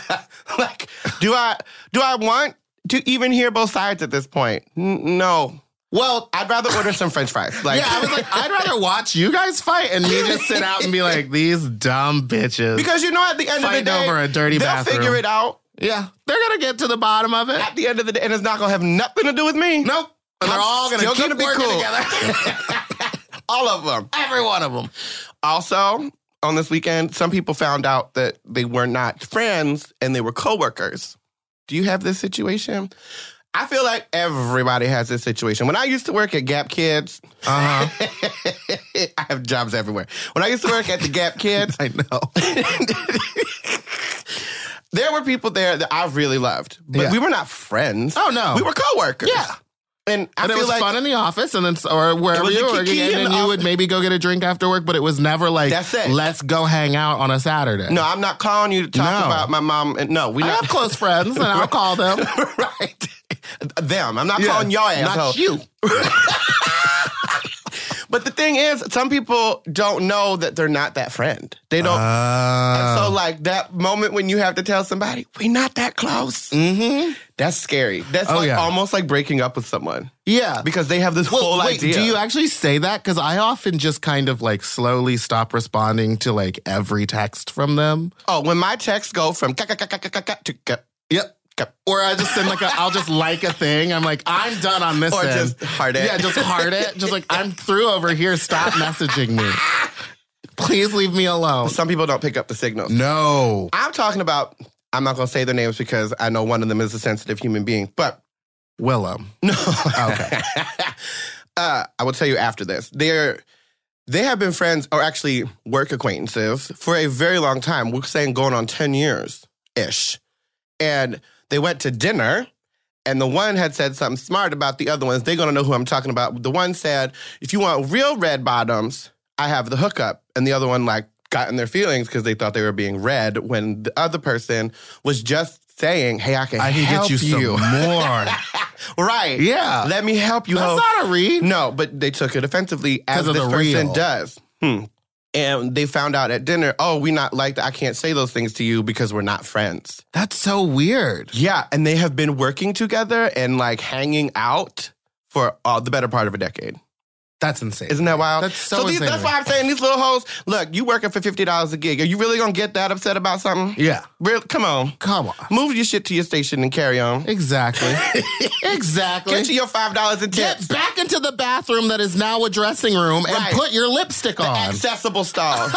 Speaker 1: like, do I do I want to even hear both sides at this point? N- no. Well, I'd rather order some French fries. Like,
Speaker 2: yeah, I was like, I'd rather watch you guys fight and me just sit out and be like, these dumb bitches.
Speaker 1: because you know, at the end of the
Speaker 2: Fighting
Speaker 1: day,
Speaker 2: over a dirty
Speaker 1: they'll
Speaker 2: bathroom.
Speaker 1: figure it out.
Speaker 2: yeah, they're gonna get to the bottom of it.
Speaker 1: At the end of the day, and it's not gonna have nothing to do with me.
Speaker 2: Nope. And they're
Speaker 1: I'm
Speaker 2: all gonna
Speaker 1: still
Speaker 2: keep
Speaker 1: gonna be
Speaker 2: working
Speaker 1: cool.
Speaker 2: together.
Speaker 1: all of them.
Speaker 2: Every one of them.
Speaker 1: Also, on this weekend, some people found out that they were not friends and they were coworkers. Do you have this situation? I feel like everybody has this situation. When I used to work at Gap Kids,
Speaker 2: Uh huh.
Speaker 1: I have jobs everywhere. When I used to work at the Gap Kids,
Speaker 2: I know.
Speaker 1: there were people there that I really loved, but
Speaker 2: Yeah.
Speaker 1: we were not friends.
Speaker 2: Oh, no.
Speaker 1: we were coworkers.
Speaker 2: Yeah.
Speaker 1: and I
Speaker 2: And it
Speaker 1: feel
Speaker 2: was
Speaker 1: like
Speaker 2: fun in the office, and then or wherever
Speaker 1: was
Speaker 2: you
Speaker 1: a
Speaker 2: were,
Speaker 1: kiki
Speaker 2: working,
Speaker 1: in
Speaker 2: and then
Speaker 1: the
Speaker 2: you would
Speaker 1: office.
Speaker 2: maybe go get a drink after work. But it was never like,
Speaker 1: That's it.
Speaker 2: let's go hang out on a Saturday.
Speaker 1: no, I'm not calling you to talk
Speaker 2: No.
Speaker 1: about my mom. And no, we
Speaker 2: I
Speaker 1: not
Speaker 2: have close friends, and I'll call them.
Speaker 1: right. Them. I'm not
Speaker 2: Yeah.
Speaker 1: calling y'all
Speaker 2: Not
Speaker 1: asshole.
Speaker 2: you.
Speaker 1: But But the thing is, some people don't know that they're not that friend. They don't.
Speaker 2: Uh,
Speaker 1: so like that moment when you have to tell somebody we're not that close.
Speaker 2: mm-hmm.
Speaker 1: That's scary. That's
Speaker 2: Oh,
Speaker 1: like
Speaker 2: yeah.
Speaker 1: almost like breaking up with someone
Speaker 2: Yeah.
Speaker 1: because they have this whole
Speaker 2: wait,
Speaker 1: idea.
Speaker 2: do you actually say that? Because I often just kind of like slowly stop responding to like every text from them.
Speaker 1: oh, when my texts go from ka- ka- ka- ka- ka- ka- to ka-
Speaker 2: Yep.
Speaker 1: ka-
Speaker 2: Or I just send like a, I'll just like a thing. I'm like, I'm done on this
Speaker 1: or
Speaker 2: end.
Speaker 1: just hard
Speaker 2: yeah, just heart it. Just like I'm through over here. Stop messaging me. Please leave me alone.
Speaker 1: some people don't pick up the signals.
Speaker 2: No.
Speaker 1: I'm talking about. I'm not gonna say their names because I know one of them is a sensitive human being, but
Speaker 2: Willem.
Speaker 1: No.
Speaker 2: Okay.
Speaker 1: uh, I will tell you after this. They're they have been friends or actually work acquaintances for a very long time. We're saying going on 10 years ish. And they went to dinner and the one had said something smart about the other ones. They're gonna know who I'm talking about. The one said, if you want real red bottoms, I have the hookup. And the other one like got in their feelings because they thought they were being read when the other person was just saying, Hey, I can,
Speaker 2: I can
Speaker 1: help
Speaker 2: get you, some more.
Speaker 1: right.
Speaker 2: yeah.
Speaker 1: Let me help you.
Speaker 2: That's
Speaker 1: hoe.
Speaker 2: not a read.
Speaker 1: No, but they took it offensively as
Speaker 2: 'Cause of
Speaker 1: this
Speaker 2: the
Speaker 1: person
Speaker 2: real.
Speaker 1: does. Hmm. And they found out at dinner, oh, we not like that. I can't say those things to you because we're not friends.
Speaker 2: That's so weird.
Speaker 1: Yeah, and they have been working together and like hanging out for uh, the better part of a decade.
Speaker 2: That's insane.
Speaker 1: Isn't that wild?
Speaker 2: That's so
Speaker 1: these,
Speaker 2: insane.
Speaker 1: that's why I'm saying these little hoes. Look, you working for fifty dollars a gig. Are you really gonna get that upset about something?
Speaker 2: yeah.
Speaker 1: Real, come on,
Speaker 2: Come on.
Speaker 1: move your shit to your station and carry on.
Speaker 2: Exactly. exactly.
Speaker 1: Get you your five dollars and tips.
Speaker 2: Get back into the bathroom that is now a dressing room and
Speaker 1: Right.
Speaker 2: put your lipstick on.
Speaker 1: Accessible stall.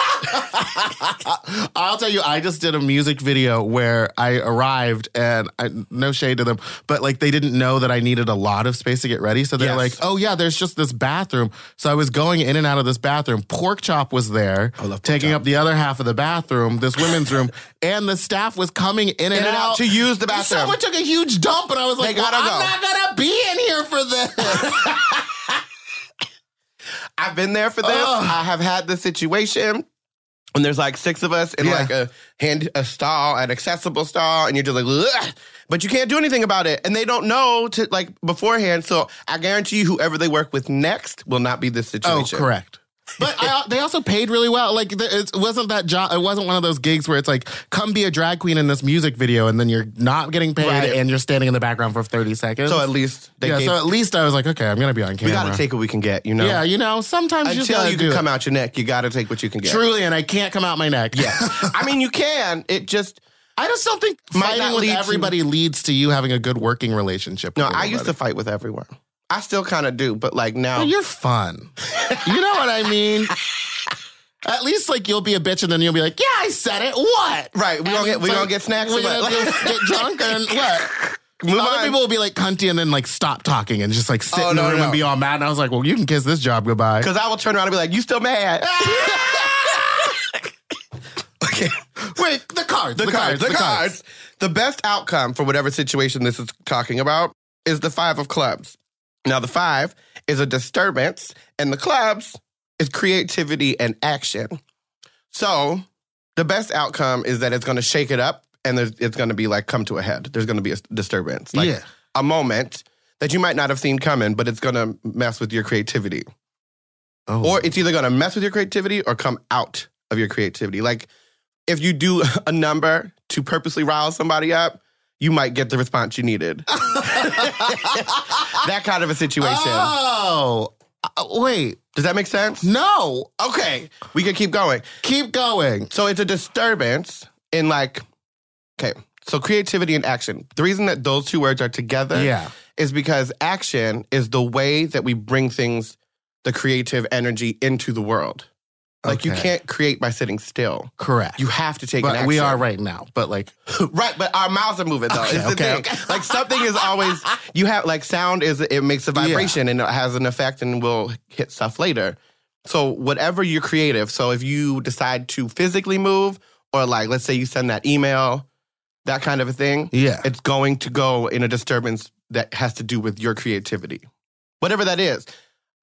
Speaker 2: I'll tell you, I just did a music video where I arrived and I, no shade to them, but like they didn't know that I needed a lot of space to get ready. So they're
Speaker 1: Yes.
Speaker 2: like, oh yeah, there's just this bathroom. So I was going in and out of this bathroom. Pork Chop was there,
Speaker 1: love Pork
Speaker 2: taking
Speaker 1: Chop.
Speaker 2: up the other half of the bathroom, this women's room, and the staff was coming in and,
Speaker 1: and out to use the bathroom.
Speaker 2: Someone took a huge dump and I was like, well,
Speaker 1: gotta
Speaker 2: I'm
Speaker 1: go.
Speaker 2: not gonna be in here for this.
Speaker 1: I've been there for this.
Speaker 2: Ugh.
Speaker 1: I have had this situation. And there's like six of us in
Speaker 2: Yeah.
Speaker 1: like a hand a stall, an accessible stall, and you're just like, "Ugh," but you can't do anything about it. And they don't know to like beforehand. So I guarantee you, whoever they work with next will not be this
Speaker 2: oh,
Speaker 1: situation.
Speaker 2: correct. But I, uh, they also paid really well. Like the- it wasn't that job. It wasn't one of those gigs where it's like, come be a drag queen in this music video, and then you're not getting paid,
Speaker 1: Right.
Speaker 2: and you're standing in the background for thirty seconds.
Speaker 1: So at least they
Speaker 2: yeah.
Speaker 1: gave,
Speaker 2: so at least I was like, okay, I'm gonna be on
Speaker 1: we
Speaker 2: camera.
Speaker 1: got to take what we can get, you know?
Speaker 2: yeah, you know, sometimes you just
Speaker 1: Until
Speaker 2: gotta
Speaker 1: you
Speaker 2: do
Speaker 1: can
Speaker 2: it.
Speaker 1: come out your neck, you got to take what you can get.
Speaker 2: Truly, and I can't come out my neck.
Speaker 1: Yeah. I mean, you can. It just,
Speaker 2: I just don't think
Speaker 1: Might
Speaker 2: fighting
Speaker 1: not
Speaker 2: with
Speaker 1: lead to-
Speaker 2: everybody leads to you having a good working relationship.
Speaker 1: no,
Speaker 2: with
Speaker 1: I used to
Speaker 2: everybody.
Speaker 1: fight with everyone. I still kind of do, but like now.
Speaker 2: Well, Oh, you're fun. you know what I mean. At least like you'll be a bitch, and then you'll be like, yeah, I said it. What?
Speaker 1: Right, we
Speaker 2: And
Speaker 1: gonna get- we
Speaker 2: it's
Speaker 1: gonna get snacks or
Speaker 2: We
Speaker 1: what?
Speaker 2: gonna go get drunk and what?
Speaker 1: Move
Speaker 2: Other
Speaker 1: on.
Speaker 2: people will be like cunty and then like stop talking and just like sit
Speaker 1: Oh,
Speaker 2: in the
Speaker 1: no,
Speaker 2: room
Speaker 1: no.
Speaker 2: and be all mad. And I was like, well, you can kiss this job goodbye.
Speaker 1: Because I will turn around and be like, "You still mad?" okay,
Speaker 2: Wait, the cards,
Speaker 1: the, cards, the, cards. The best outcome for whatever situation this is talking about is the five of clubs. Now, the five is a disturbance, and the clubs is creativity and action. So, the best outcome is that it's going to shake it up, and there's, it's going to be like come to a head. There's going to be a s- disturbance, like
Speaker 2: yeah.
Speaker 1: a moment that you might not have seen coming, but it's going to mess with your creativity
Speaker 2: Oh.
Speaker 1: or it's either going to mess with your creativity or come out of your creativity. Like if you do a number to purposely rile somebody up, you might get the response you needed. that kind of a situation.
Speaker 2: oh. Uh, wait,
Speaker 1: Does that make sense?
Speaker 2: no.
Speaker 1: Okay, we can keep going.
Speaker 2: Keep going.
Speaker 1: So it's a disturbance in like okay, so creativity and action. The reason that those two words are together
Speaker 2: Yeah.
Speaker 1: is because action is the way that we bring things the creative energy into the world. Like you
Speaker 2: Okay.
Speaker 1: can't create by sitting still.
Speaker 2: Correct.
Speaker 1: You have to take an
Speaker 2: but
Speaker 1: action.
Speaker 2: we are right now. But like,
Speaker 1: right, but our mouths are moving though.
Speaker 2: Okay,
Speaker 1: it's the
Speaker 2: okay,
Speaker 1: thing. Like something is always you have like sound is it makes a vibration and it has an effect and will hit stuff later. So whatever you're creative. So if you decide to physically move or like let's say you send that email, that kind of a thing,
Speaker 2: yeah.
Speaker 1: it's going to go in a disturbance that has to do with your creativity. Whatever that is.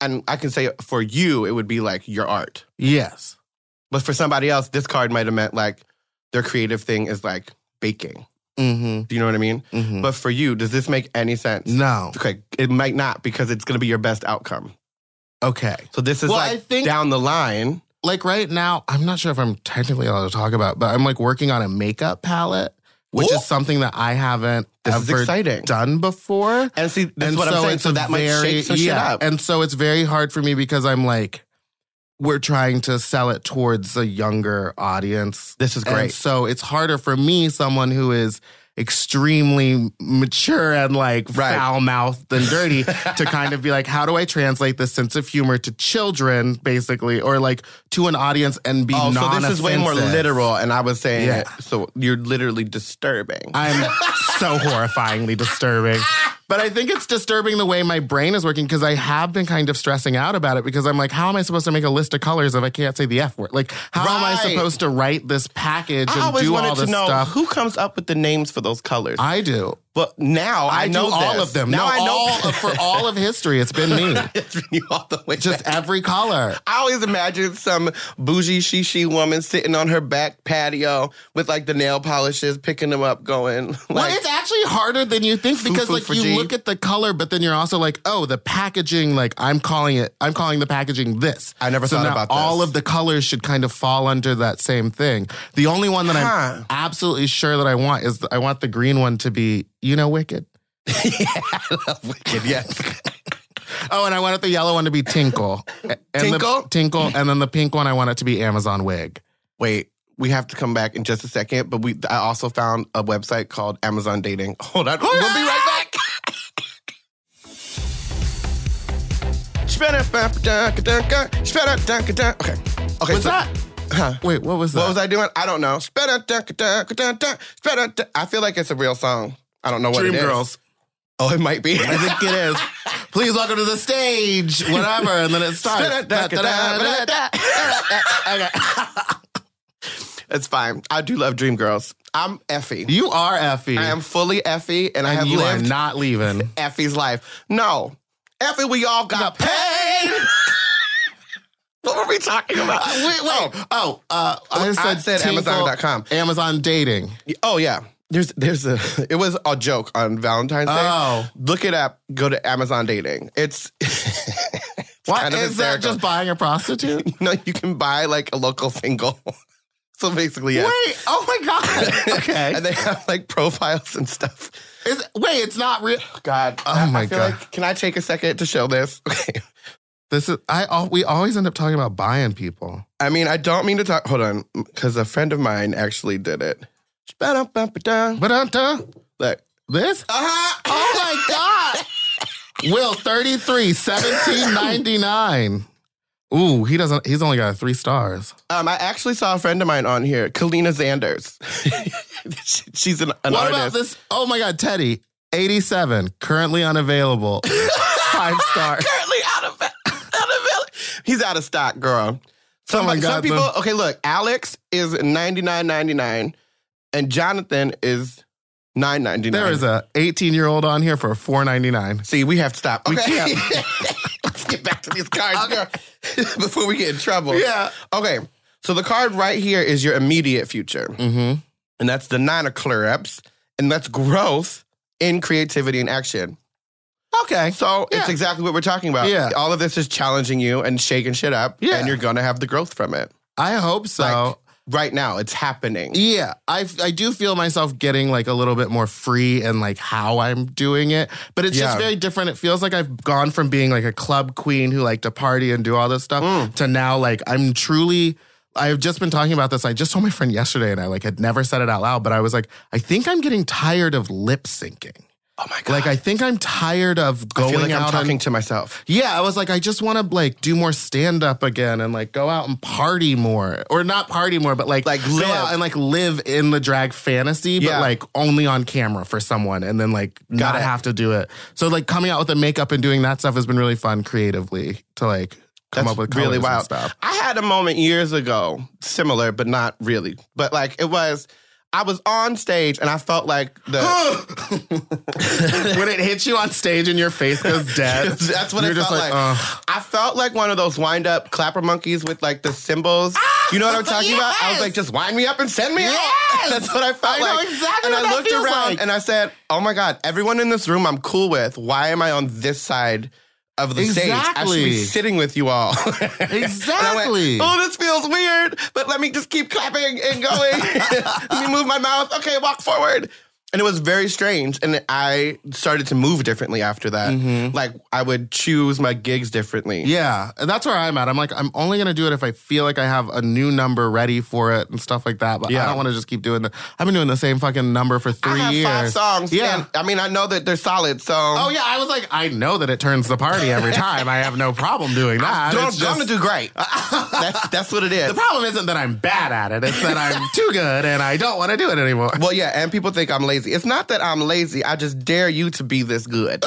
Speaker 1: And I can say for you it would be like your art.
Speaker 2: Yes.
Speaker 1: But for somebody else, this card might have meant like their creative thing is like baking.
Speaker 2: Mm-hmm.
Speaker 1: Do you know what I mean?
Speaker 2: mm-hmm.
Speaker 1: But for you, does this make any sense?
Speaker 2: no.
Speaker 1: Okay, it might not because it's going to be your best outcome.
Speaker 2: Okay.
Speaker 1: So this is
Speaker 2: Well, I
Speaker 1: like
Speaker 2: think-
Speaker 1: down the line.
Speaker 2: Like right now, I'm not sure if I'm technically allowed to talk about, but I'm like working on a makeup palette, which
Speaker 1: Ooh.
Speaker 2: is something that I haven't
Speaker 1: This is
Speaker 2: ever
Speaker 1: exciting.
Speaker 2: done before.
Speaker 1: And see, this is what I'm saying. So
Speaker 2: a
Speaker 1: that might shake some shit up.
Speaker 2: And so it's very hard for me because I'm like, we're trying to sell it towards a younger audience.
Speaker 1: this is
Speaker 2: And
Speaker 1: great.
Speaker 2: so it's harder for me, someone who is extremely mature and like
Speaker 1: Right.
Speaker 2: foul mouthed and dirty, to kind of be like, how do I translate this sense of humor to children, basically, or like to an audience and be
Speaker 1: oh, so this is way more
Speaker 2: non-offensive?
Speaker 1: literal. And I was saying,
Speaker 2: Yeah.
Speaker 1: so you're literally disturbing.
Speaker 2: I'm so horrifyingly disturbing. But I think it's disturbing the way my brain is working because I have been kind of stressing out about it because I'm like, how am I supposed to make a list of colors if I can't say the F word? Like, how am I
Speaker 1: Right.
Speaker 2: supposed to write this package
Speaker 1: I
Speaker 2: and
Speaker 1: always
Speaker 2: do all
Speaker 1: wanted
Speaker 2: this
Speaker 1: to know
Speaker 2: stuff?
Speaker 1: who comes up with the names for those colors.
Speaker 2: I do.
Speaker 1: but now I,
Speaker 2: do
Speaker 1: know
Speaker 2: all
Speaker 1: this.
Speaker 2: of them.
Speaker 1: Now
Speaker 2: no,
Speaker 1: I know
Speaker 2: all of, for all of history, it's been me.
Speaker 1: It's been you all the way
Speaker 2: Just
Speaker 1: back.
Speaker 2: every color.
Speaker 1: I always imagine some bougie shishi woman sitting on her back patio with like the nail polishes, picking them up, going like,
Speaker 2: well, it's actually harder than you think because
Speaker 1: Foo-foo
Speaker 2: like
Speaker 1: for
Speaker 2: you
Speaker 1: G.
Speaker 2: look at the color, but then you're also like, oh, the packaging. Like I'm calling it. I'm calling the packaging this.
Speaker 1: I never
Speaker 2: so
Speaker 1: thought
Speaker 2: now
Speaker 1: about this.
Speaker 2: all of the colors should kind of fall under that same thing. The only one that
Speaker 1: Huh.
Speaker 2: I'm absolutely sure that I want is I want the green one to be you know wicked.
Speaker 1: I love wicked, yes.
Speaker 2: Oh, and I want it the yellow one to be tinkle. And the-
Speaker 1: Tinkle?
Speaker 2: tinkle, and then the pink one I want it to be Amazon wig.
Speaker 1: Wait, we have to come back in just a second, but we I also found a website called Amazon Dating. Hold on, we'll be right back. Okay. Okay.
Speaker 2: What's
Speaker 1: so-
Speaker 2: that?
Speaker 1: Huh.
Speaker 2: Wait, what was that?
Speaker 1: What was I doing? I don't know. I feel like it's a real song. I don't know what
Speaker 2: Dream
Speaker 1: it is.
Speaker 2: Girls.
Speaker 1: Oh, it might be.
Speaker 2: I think it is. Please welcome to the stage, whatever, and then it starts.
Speaker 1: it's fine. I do love Dream Girls. I'm Effie.
Speaker 2: you are Effie.
Speaker 1: I am fully Effie, and I
Speaker 2: and
Speaker 1: have
Speaker 2: you
Speaker 1: lived
Speaker 2: are not leaving.
Speaker 1: Effie's life. No, Effie, we all got, paid. what were we talking about? Oh,
Speaker 2: Oh, uh, I
Speaker 1: I said Amazon.com.
Speaker 2: Amazon dating.
Speaker 1: Oh yeah. There's there's a it was a joke on Valentine's Day.
Speaker 2: Oh.
Speaker 1: Look it up. Go to Amazon dating. It's
Speaker 2: What is
Speaker 1: kind of
Speaker 2: that?
Speaker 1: hysterical.
Speaker 2: Just buying a prostitute?
Speaker 1: no, you can buy like a local single. so basically, yes.
Speaker 2: Wait! Oh my god! Okay.
Speaker 1: And they have like profiles and stuff.
Speaker 2: Is- wait, it's not real.
Speaker 1: God.
Speaker 2: Oh,
Speaker 1: I- I
Speaker 2: my
Speaker 1: feel
Speaker 2: God.
Speaker 1: like- can I take a second to show this? Okay.
Speaker 2: This is. I. al- We always end up talking about buying people.
Speaker 1: I mean, I don't mean to talk. Hold on, because a friend of mine actually did it. Ba-dum-bum-ba-dum.
Speaker 2: But uh,
Speaker 1: Look.
Speaker 2: this.
Speaker 1: Uh-huh.
Speaker 2: Oh my God. Will 33, 1799. Ooh, he doesn't he's only got three stars.
Speaker 1: Um, I actually saw a friend of mine on here, Kalina Sanders. She- She's an, an
Speaker 2: what
Speaker 1: artist.
Speaker 2: about this? Oh my god, Teddy, 87, currently unavailable. Five stars.
Speaker 1: Currently out of out of He's out of stock, girl. Some,
Speaker 2: Oh my
Speaker 1: some
Speaker 2: God,
Speaker 1: people.
Speaker 2: the-
Speaker 1: Okay, look, Alex is ninety nine ninety nine, and Jonathan is nine ninety nine.
Speaker 2: There is a 18-year-old on here for 499.
Speaker 1: See, we have to stop. We
Speaker 2: Okay.
Speaker 1: can't. Let's get back to these cards, girl, before we get in trouble.
Speaker 2: Yeah.
Speaker 1: Okay. So the card right here is your immediate future.
Speaker 2: Mm-hmm.
Speaker 1: and that's the nine of clubs, and that's growth in creativity and action.
Speaker 2: Okay.
Speaker 1: So it's
Speaker 2: Yeah.
Speaker 1: exactly what we're talking about.
Speaker 2: Yeah.
Speaker 1: All of this is challenging you and shaking shit up,
Speaker 2: Yeah.
Speaker 1: and you're gonna have the growth from it.
Speaker 2: I hope so.
Speaker 1: Like- Right now, it's happening.
Speaker 2: Yeah, I I do feel myself getting like a little bit more free and like how I'm doing it, but it's just
Speaker 1: Yeah.
Speaker 2: very different. It feels like I've gone from being like a club queen who liked to party and do all this stuff
Speaker 1: Mm.
Speaker 2: to now like I'm truly. I've just been talking about this. I just told my friend yesterday, and I like had never said it out loud, but I was like, I think I'm getting tired of lip syncing.
Speaker 1: Oh my god!
Speaker 2: Like I think I'm tired of
Speaker 1: I
Speaker 2: going
Speaker 1: feel like
Speaker 2: out
Speaker 1: I'm talking
Speaker 2: on.
Speaker 1: to myself.
Speaker 2: Yeah, I was like, I just want to like do more stand up again and like go out and party more, or not party more, but like
Speaker 1: Like,
Speaker 2: go
Speaker 1: live.
Speaker 2: out and like live in the drag fantasy,
Speaker 1: Yeah.
Speaker 2: but like only on camera for someone, and then like
Speaker 1: Got
Speaker 2: not
Speaker 1: it.
Speaker 2: have to do it. So like coming out with the makeup and doing that stuff has been really fun creatively to like come
Speaker 1: That's
Speaker 2: up with
Speaker 1: really
Speaker 2: colors
Speaker 1: wild.
Speaker 2: and stuff.
Speaker 1: I had a moment years ago, similar but not really. But like it was, I was on stage and I felt like the.
Speaker 2: when it hits you on stage and your face goes dead,
Speaker 1: That's what
Speaker 2: you're
Speaker 1: it
Speaker 2: just
Speaker 1: felt
Speaker 2: like. uh.
Speaker 1: like.
Speaker 2: "Ugh."
Speaker 1: I felt like one of those wind up clapper monkeys with like the cymbals. you know what I'm talking about? I was
Speaker 2: Ah! yes!
Speaker 1: like, just wind me up and send me out.
Speaker 2: Yes!
Speaker 1: That's what I felt
Speaker 2: I know
Speaker 1: like.
Speaker 2: exactly
Speaker 1: and
Speaker 2: what
Speaker 1: I
Speaker 2: that
Speaker 1: looked
Speaker 2: feels
Speaker 1: around
Speaker 2: like.
Speaker 1: and I said, oh my God, everyone in this room I'm cool with. Why am I on this side of the stage actually
Speaker 2: Exactly.
Speaker 1: sitting with you all. And I went,
Speaker 2: Exactly.
Speaker 1: oh, this feels weird, but let me just keep clapping and going. let me move my mouth. Okay, walk forward. And it was very strange. And I started to move differently after that. Like I would choose my gigs differently.
Speaker 2: Mm-hmm. Yeah, and that's where I'm at. I'm like, I'm only gonna do it if I feel like I have a new number ready for it and stuff like that. But
Speaker 1: Yeah.
Speaker 2: I don't want to just keep doing the. I've been doing the same fucking number for three
Speaker 1: I have
Speaker 2: years.
Speaker 1: five songs.
Speaker 2: Yeah.
Speaker 1: and, I mean, I know that they're solid. So
Speaker 2: oh yeah, I was like, I know that it turns the party every time. I have no problem doing that.
Speaker 1: I'm
Speaker 2: It's
Speaker 1: gonna
Speaker 2: just-
Speaker 1: do great. that's that's what it is.
Speaker 2: the problem isn't that I'm bad at it. It's that I'm too good and I don't want to do it anymore.
Speaker 1: Well, yeah, and people think I'm lazy. It's not that I'm lazy. I just dare you to be this good.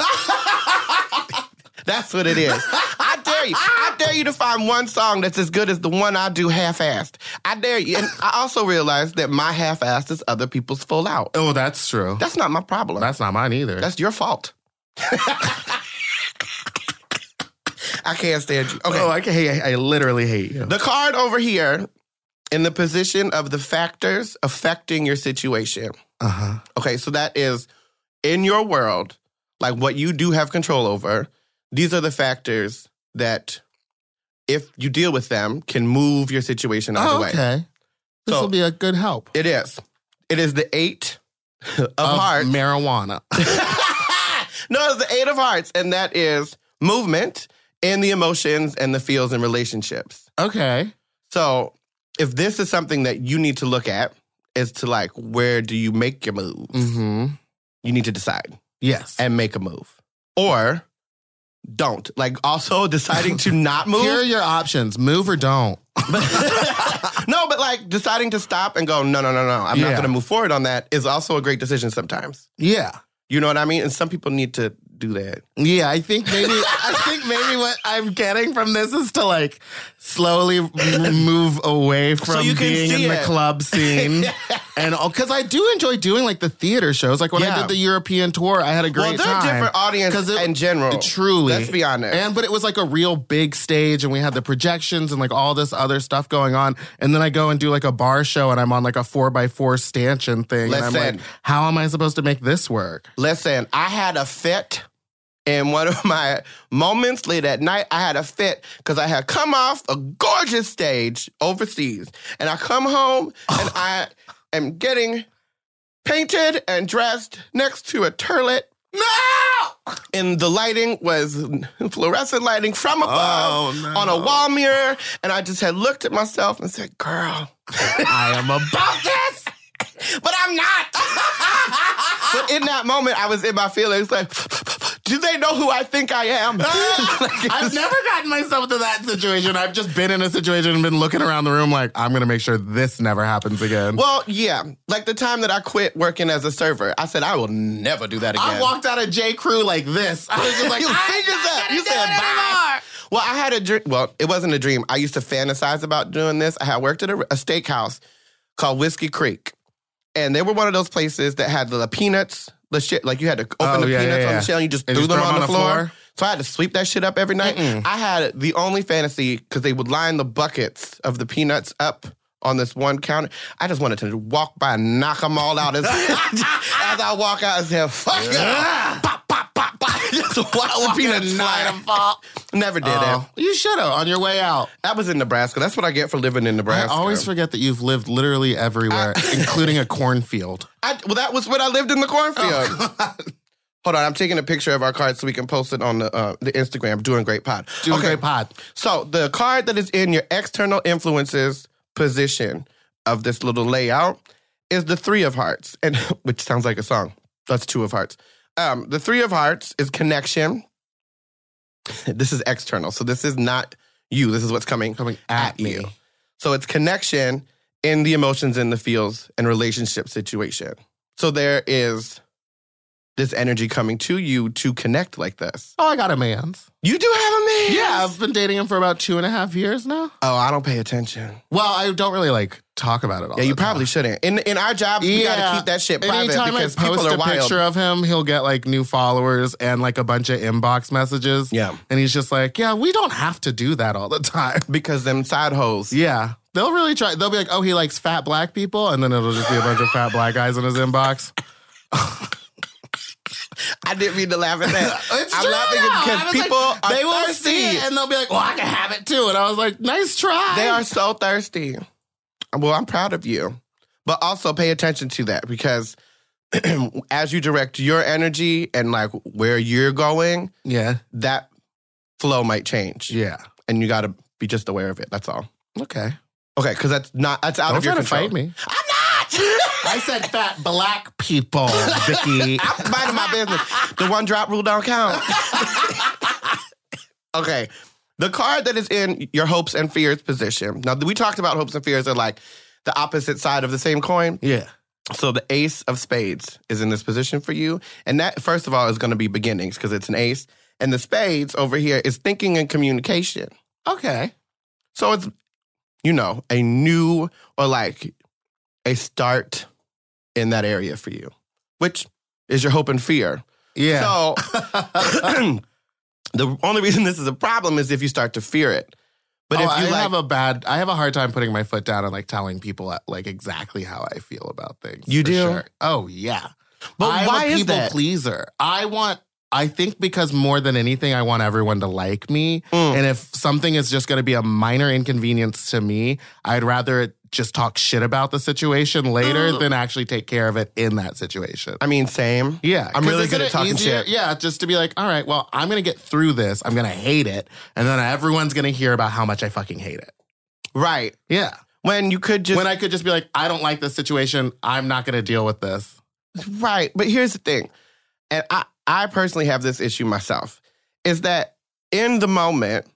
Speaker 1: that's what it is. I dare you. I dare you to find one song that's as good as the one I do half-assed. I dare you. And I also realize that my half-assed is other people's full out.
Speaker 2: Oh, that's true.
Speaker 1: That's not my problem.
Speaker 2: That's not mine either.
Speaker 1: That's your fault. I can't stand you. Okay.
Speaker 2: Oh, I, ca- hate, I literally hate you.
Speaker 1: The card over here in the position of the factors affecting your situation.
Speaker 2: Uh huh.
Speaker 1: Okay, so that is in your world, like what you do have control over. These are the factors that, if you deal with them, can move your situation out of the way.
Speaker 2: Oh, okay. This
Speaker 1: So-
Speaker 2: will be a good help.
Speaker 1: It is. It is the eight of,
Speaker 2: Of
Speaker 1: hearts.
Speaker 2: marijuana.
Speaker 1: no, it's the eight of hearts, and that is movement and the emotions and the feels and relationships.
Speaker 2: okay.
Speaker 1: So, if this is something that you need to look at, is to like, where do you make your move?
Speaker 2: hmm
Speaker 1: You need to decide.
Speaker 2: Yes.
Speaker 1: and make a move or don't like also deciding to not
Speaker 2: Here are
Speaker 1: move
Speaker 2: your options: move or don't.
Speaker 1: no but like deciding to stop and go no no no no i'm not
Speaker 2: Yeah.
Speaker 1: going to move forward on that is also a great decision sometimes
Speaker 2: Yeah,
Speaker 1: you know what i mean and some people need to do that
Speaker 2: yeah. I think maybe I think maybe what I'm getting from this is to like slowly m- move away from
Speaker 1: you can
Speaker 2: being
Speaker 1: see
Speaker 2: in the
Speaker 1: it.
Speaker 2: club scene, and all because I do enjoy doing like the theater shows. Like when
Speaker 1: Yeah.
Speaker 2: I did the European tour, I had a
Speaker 1: well
Speaker 2: great
Speaker 1: they're
Speaker 2: time.
Speaker 1: different audience
Speaker 2: 'Cause it-
Speaker 1: in general
Speaker 2: Truly.
Speaker 1: let's be honest
Speaker 2: And but it was like a real big stage and we had the projections and like all this other stuff going on. And then I go and do like a bar show and I'm on like a four by four stanchion thing. And I'm
Speaker 1: Listen.
Speaker 2: like, how am I supposed to make this work?
Speaker 1: Listen, I had a fit in one of my moments late at night. I had a fit because I had come off a gorgeous stage overseas, and I come home and I am getting painted and dressed next to a turlet. No! And the lighting was fluorescent lighting from above
Speaker 2: Oh, no.
Speaker 1: on a wall mirror. And I just had looked at myself and said, Girl,
Speaker 2: I am about
Speaker 1: this, but I'm not. but in that moment, I was in my feelings like, do they know who I think I am? Like,
Speaker 2: I've never gotten myself into that situation. I've just been in a situation and been looking around the room like, I'm gonna make sure this never happens again.
Speaker 1: well, yeah. Like the time that I quit working as a server, I said, I will never do that again.
Speaker 2: I walked out of J. Crew like this. I was just like,
Speaker 1: Your
Speaker 2: "I'm
Speaker 1: fingers
Speaker 2: not
Speaker 1: up.
Speaker 2: gonna
Speaker 1: You
Speaker 2: do
Speaker 1: said
Speaker 2: it
Speaker 1: bye.
Speaker 2: anymore."
Speaker 1: Well, I had a dream. Well, it wasn't a dream. I used to fantasize about doing this. I had worked at a, a steakhouse called Whiskey Creek, and they were one of those places that had the peanuts, the shit. Like you had to open
Speaker 2: Oh,
Speaker 1: the
Speaker 2: yeah,
Speaker 1: peanuts
Speaker 2: yeah,
Speaker 1: on
Speaker 2: yeah.
Speaker 1: the shell, and you just
Speaker 2: And
Speaker 1: threw
Speaker 2: just
Speaker 1: them
Speaker 2: throw
Speaker 1: on, the, floor. So I had to sweep that shit up every night.
Speaker 2: Mm-mm.
Speaker 1: I had the only fantasy because they would line the buckets of the peanuts up. On this one counter, I just wanted to walk by and knock them all out as, as I walk out and say, fuck yeah. Pop, pop, pop, pop. Just watch the peanuts fly. Never did
Speaker 2: Oh,
Speaker 1: it.
Speaker 2: you should have on your way out.
Speaker 1: That was in Nebraska. That's what I get for living in
Speaker 2: I
Speaker 1: Nebraska.
Speaker 2: always forget that you've lived literally everywhere, including a cornfield.
Speaker 1: I- well, that was when I lived in the cornfield.
Speaker 2: Oh,
Speaker 1: Hold on, I'm taking a picture of our card so we can post it on the uh, the Instagram. Doing great pod.
Speaker 2: Doing
Speaker 1: okay,
Speaker 2: great pod.
Speaker 1: so the card that is in your external influences position of this little layout is the three of hearts, and which sounds like a song. That's two of hearts. Um, the three of hearts is connection. this is external, so this is not you. This is what's coming
Speaker 2: Coming
Speaker 1: at you. So it's connection in the emotions and the feels and relationship situation. So there is this energy coming to you to connect like this.
Speaker 2: Oh, I got a man's.
Speaker 1: You do have a man.
Speaker 2: Yeah, I've been dating him for about two and a half years now.
Speaker 1: Oh, I don't pay attention.
Speaker 2: Well, I don't really like talk about it all.
Speaker 1: Yeah, you
Speaker 2: the time.
Speaker 1: probably shouldn't. In in our jobs, we gotta
Speaker 2: Yeah.
Speaker 1: keep that shit private
Speaker 2: Anytime I
Speaker 1: because
Speaker 2: post
Speaker 1: people are
Speaker 2: a
Speaker 1: wild.
Speaker 2: picture of him, he'll get like new followers and like a bunch of inbox messages.
Speaker 1: Yeah.
Speaker 2: And he's just like, yeah, we don't have to do that all the time.
Speaker 1: because them side hoes.
Speaker 2: Yeah. They'll really try. They'll be like, oh, he likes fat black people. And then it'll just be a bunch of fat black guys in his inbox.
Speaker 1: I didn't mean to laugh at that.
Speaker 2: It's
Speaker 1: I'm
Speaker 2: true,
Speaker 1: laughing
Speaker 2: though. I
Speaker 1: because
Speaker 2: was
Speaker 1: people
Speaker 2: like,
Speaker 1: are
Speaker 2: they will
Speaker 1: thirsty.
Speaker 2: see it and they'll be like, "Well, I can have it too." And I was like, "Nice try."
Speaker 1: They are so thirsty. Well, I'm proud of you. But also pay attention to that because as you direct your energy and like where you're going,
Speaker 2: yeah,
Speaker 1: that flow might change.
Speaker 2: yeah.
Speaker 1: And you got to be just aware of it. That's all.
Speaker 2: Okay,
Speaker 1: Okay, because that's not that's out
Speaker 2: don't
Speaker 1: of your
Speaker 2: try to
Speaker 1: control.
Speaker 2: fight me.
Speaker 1: I'm not.
Speaker 2: I said fat black people, Vicky.
Speaker 1: I'm minding my business. The one drop rule don't count. okay. The card that is in your hopes and fears position. Now we talked about hopes and fears are like the opposite side of the same coin.
Speaker 2: yeah,
Speaker 1: So the ace of spades is in this position for you. And that, first of all, is going to be beginnings because it's an ace. And the spades over here is thinking and communication.
Speaker 2: okay,
Speaker 1: So it's, you know, a new or like a start in that area for you, which is your hope and fear.
Speaker 2: yeah.
Speaker 1: So the only reason this is a problem is if you start to fear it. But
Speaker 2: Oh,
Speaker 1: if you
Speaker 2: I
Speaker 1: like,
Speaker 2: have a bad, I have a hard time putting my foot down and like telling people uh, like exactly how I feel about things.
Speaker 1: You
Speaker 2: for
Speaker 1: do?
Speaker 2: Sure. Oh yeah.
Speaker 1: but
Speaker 2: I'm
Speaker 1: why
Speaker 2: a
Speaker 1: is
Speaker 2: people
Speaker 1: that?
Speaker 2: pleaser. I want. I think because more than anything, I want everyone to like me.
Speaker 1: Mm.
Speaker 2: And if something is just going to be a minor inconvenience to me, I'd rather it just talk shit about the situation later
Speaker 1: Mm.
Speaker 2: than actually take care of it in that situation.
Speaker 1: I mean, same.
Speaker 2: Yeah,
Speaker 1: I'm
Speaker 2: 'cause
Speaker 1: really
Speaker 2: isn't
Speaker 1: good at
Speaker 2: it
Speaker 1: talking
Speaker 2: easier-
Speaker 1: shit.
Speaker 2: Yeah, just to be like, all right, well, I'm gonna get through this. I'm gonna hate it, and then everyone's gonna hear about how much I fucking hate it.
Speaker 1: Right.
Speaker 2: Yeah,
Speaker 1: When you could just
Speaker 2: when I could just be like, I don't like this situation. I'm not gonna deal with this.
Speaker 1: Right. But here's the thing. And I, I personally have this issue myself is that in the moment,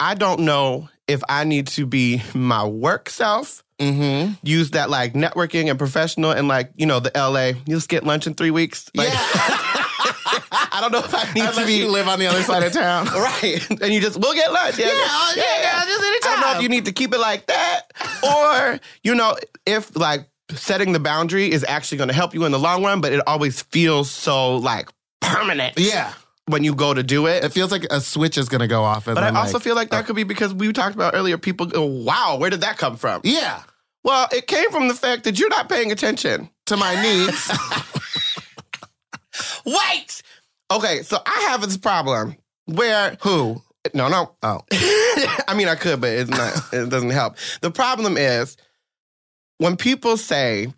Speaker 1: I don't know if I need to be my work self,
Speaker 2: Mm-hmm.
Speaker 1: use that like networking and professional and like, you know, the LA, you'll skip lunch in three weeks. Like, I don't know if I need to
Speaker 2: Unless
Speaker 1: be.
Speaker 2: you live on the other side of town.
Speaker 1: Right. And you just, we'll get lunch. Yeah.
Speaker 2: oh, yeah, girl, just
Speaker 1: I don't know if
Speaker 2: anytime.
Speaker 1: you need to keep it like that or, you know, if like setting the boundary is actually going to help you in the long run, but it always feels so like permanent
Speaker 2: yeah,
Speaker 1: when you go to do it.
Speaker 2: it feels like a switch is gonna go off. And
Speaker 1: but I
Speaker 2: then,
Speaker 1: also
Speaker 2: like-
Speaker 1: feel like that could be because we talked about earlier, people go, wow, where did that come from?
Speaker 2: yeah
Speaker 1: Well, it came from the fact that you're not paying attention.
Speaker 2: to my needs.
Speaker 1: Wait! Okay, so I have this problem where,
Speaker 2: Who?
Speaker 1: no, no,
Speaker 2: Oh,
Speaker 1: I mean, I could, but it's not. It doesn't help. The problem is when people say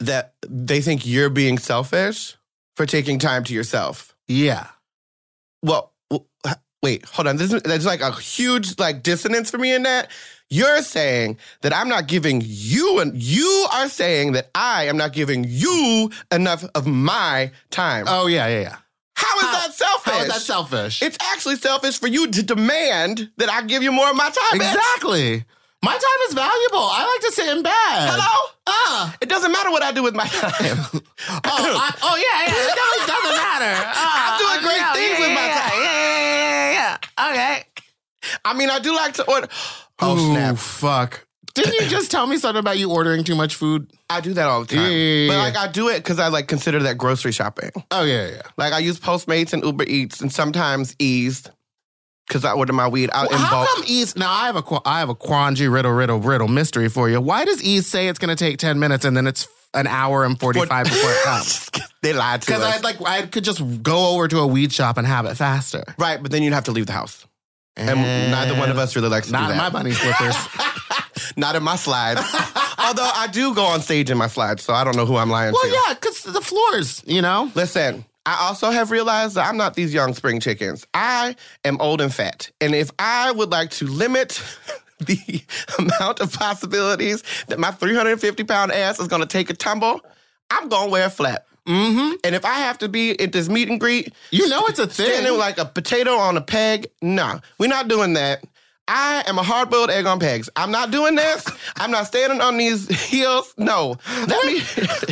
Speaker 1: that they think you're being selfish for taking time to yourself.
Speaker 2: yeah,
Speaker 1: Well, w- h- wait, hold on. This is, there's like a huge like dissonance for me in that. You're saying that I'm not giving you, and you are saying that I am not giving you enough of my time.
Speaker 2: oh yeah, yeah, yeah.
Speaker 1: how is
Speaker 2: how-
Speaker 1: that selfish?
Speaker 2: How is that selfish?
Speaker 1: It's actually selfish for you to demand that I give you more of my time. bitch.
Speaker 2: Exactly. My time is valuable. I like to sit in bed.
Speaker 1: Hello?
Speaker 2: Uh,
Speaker 1: It doesn't matter what I do with my time.
Speaker 2: oh, I, oh, yeah, yeah. It doesn't, doesn't matter. Uh,
Speaker 1: I'm doing great
Speaker 2: no,
Speaker 1: things
Speaker 2: yeah,
Speaker 1: with
Speaker 2: yeah,
Speaker 1: my time.
Speaker 2: Yeah, yeah, yeah, yeah, yeah. Okay.
Speaker 1: I mean, I do like to order. Oh, snap.
Speaker 2: fuck. Didn't you just tell me something about you ordering too much food?
Speaker 1: I do that all the time.
Speaker 2: Yeah, yeah, yeah,
Speaker 1: But
Speaker 2: yeah.
Speaker 1: like, I do it because I like consider that grocery shopping.
Speaker 2: Oh, yeah, yeah.
Speaker 1: Like, I use Postmates and Uber Eats and sometimes Ease because I order my weed out in
Speaker 2: How
Speaker 1: bulk.
Speaker 2: come Ease? Now I have a qu- I have a quangy riddle riddle riddle mystery for you. Why does Ease say it's going to take ten minutes and then it's an hour and forty five before it comes?
Speaker 1: they lied to us.
Speaker 2: Because I like I could just go over to a weed shop and have it faster.
Speaker 1: right, but then you'd have to leave the house. And, neither one of us really likes to
Speaker 2: Not
Speaker 1: do
Speaker 2: in my
Speaker 1: that.
Speaker 2: bunny slippers.
Speaker 1: Not in my slides. Although I do go on stage in my slides, so I don't know who I'm lying
Speaker 2: well,
Speaker 1: to.
Speaker 2: yeah, because the floors, you know.
Speaker 1: Listen, I also have realized that I'm not these young spring chickens. I am old and fat. And if I would like to limit the amount of possibilities that my 350 pound ass is gonna take a tumble, I'm gonna wear a flap.
Speaker 2: Mm-hmm.
Speaker 1: And if I have to be at this meet and greet,
Speaker 2: You know it's a thing.
Speaker 1: standing like a potato on a peg, nah, we're not doing that. I am a hard boiled egg on pegs. I'm not doing this. I'm not standing on these heels. No. Let me.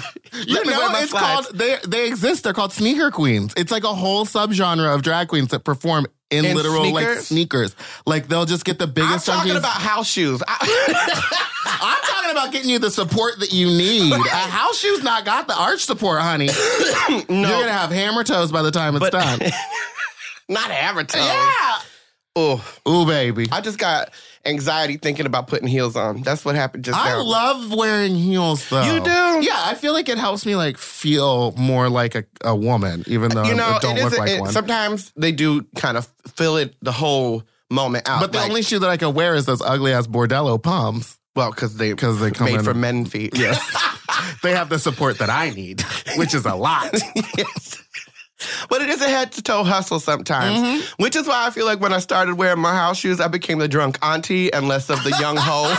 Speaker 2: you
Speaker 1: let me
Speaker 2: know
Speaker 1: wear my
Speaker 2: it's
Speaker 1: slides.
Speaker 2: called they they exist. They're called sneaker queens. It's like a whole subgenre of drag queens that perform in,
Speaker 1: In
Speaker 2: literal like
Speaker 1: sneakers?
Speaker 2: sneakers. Like they'll just get the
Speaker 1: I'm
Speaker 2: biggest
Speaker 1: talking
Speaker 2: junkies.
Speaker 1: about house shoes. I-
Speaker 2: I'm talking about getting you the support that you need. a house shoe's not got the arch support, honey. You're gonna have hammer toes by the time it's done.
Speaker 1: not Avatar.
Speaker 2: yeah.
Speaker 1: Oh,
Speaker 2: Ooh, baby.
Speaker 1: I just got anxiety thinking about putting heels on. That's what happened just
Speaker 2: I
Speaker 1: now.
Speaker 2: love wearing heels though.
Speaker 1: You do?
Speaker 2: Yeah, I feel like it helps me like feel more like a, a woman, even though
Speaker 1: you know,
Speaker 2: I don't
Speaker 1: it
Speaker 2: look
Speaker 1: is-
Speaker 2: like
Speaker 1: it-
Speaker 2: one.
Speaker 1: sometimes they do kind of fill it the whole moment out.
Speaker 2: but the
Speaker 1: like-
Speaker 2: only shoe that I can wear is those ugly ass bordello pumps
Speaker 1: well, because they
Speaker 2: because they come
Speaker 1: made
Speaker 2: in,
Speaker 1: for men feet.
Speaker 2: Yes. they have the support that I need, which is a lot.
Speaker 1: yes. But it is a head to toe hustle sometimes,
Speaker 2: Mm-hmm.
Speaker 1: which is why I feel like when I started wearing my house shoes, I became the drunk auntie and less of the young hoe.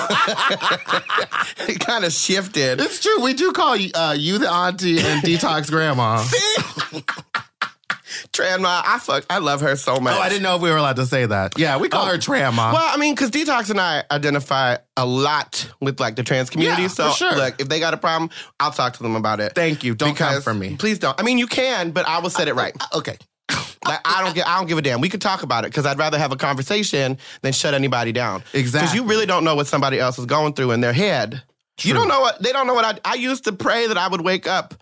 Speaker 1: it kind of shifted.
Speaker 2: It's true. We do call uh, you the auntie and detox grandma.
Speaker 1: Tranma, I fuck, I love her so much.
Speaker 2: Oh, I didn't know if we were allowed to say that. Yeah, we call
Speaker 1: Oh.
Speaker 2: her grandma.
Speaker 1: Well, I mean, because Detox and I identify a lot with like the trans community.
Speaker 2: Yeah,
Speaker 1: so,
Speaker 2: for sure.
Speaker 1: look, if they got a problem, I'll talk to them about it.
Speaker 2: Thank you. Don't come
Speaker 1: Because-
Speaker 2: for me.
Speaker 1: Please don't. I mean, you can, but I will set it right.
Speaker 2: uh, Okay.
Speaker 1: Like I don't get, I don't give a damn. We could talk about it because I'd rather have a conversation than shut anybody down. Because
Speaker 2: Exactly.
Speaker 1: you really don't know what somebody else is going through in their head. You
Speaker 2: True.
Speaker 1: don't know what they don't know what I. I used to pray that I would wake up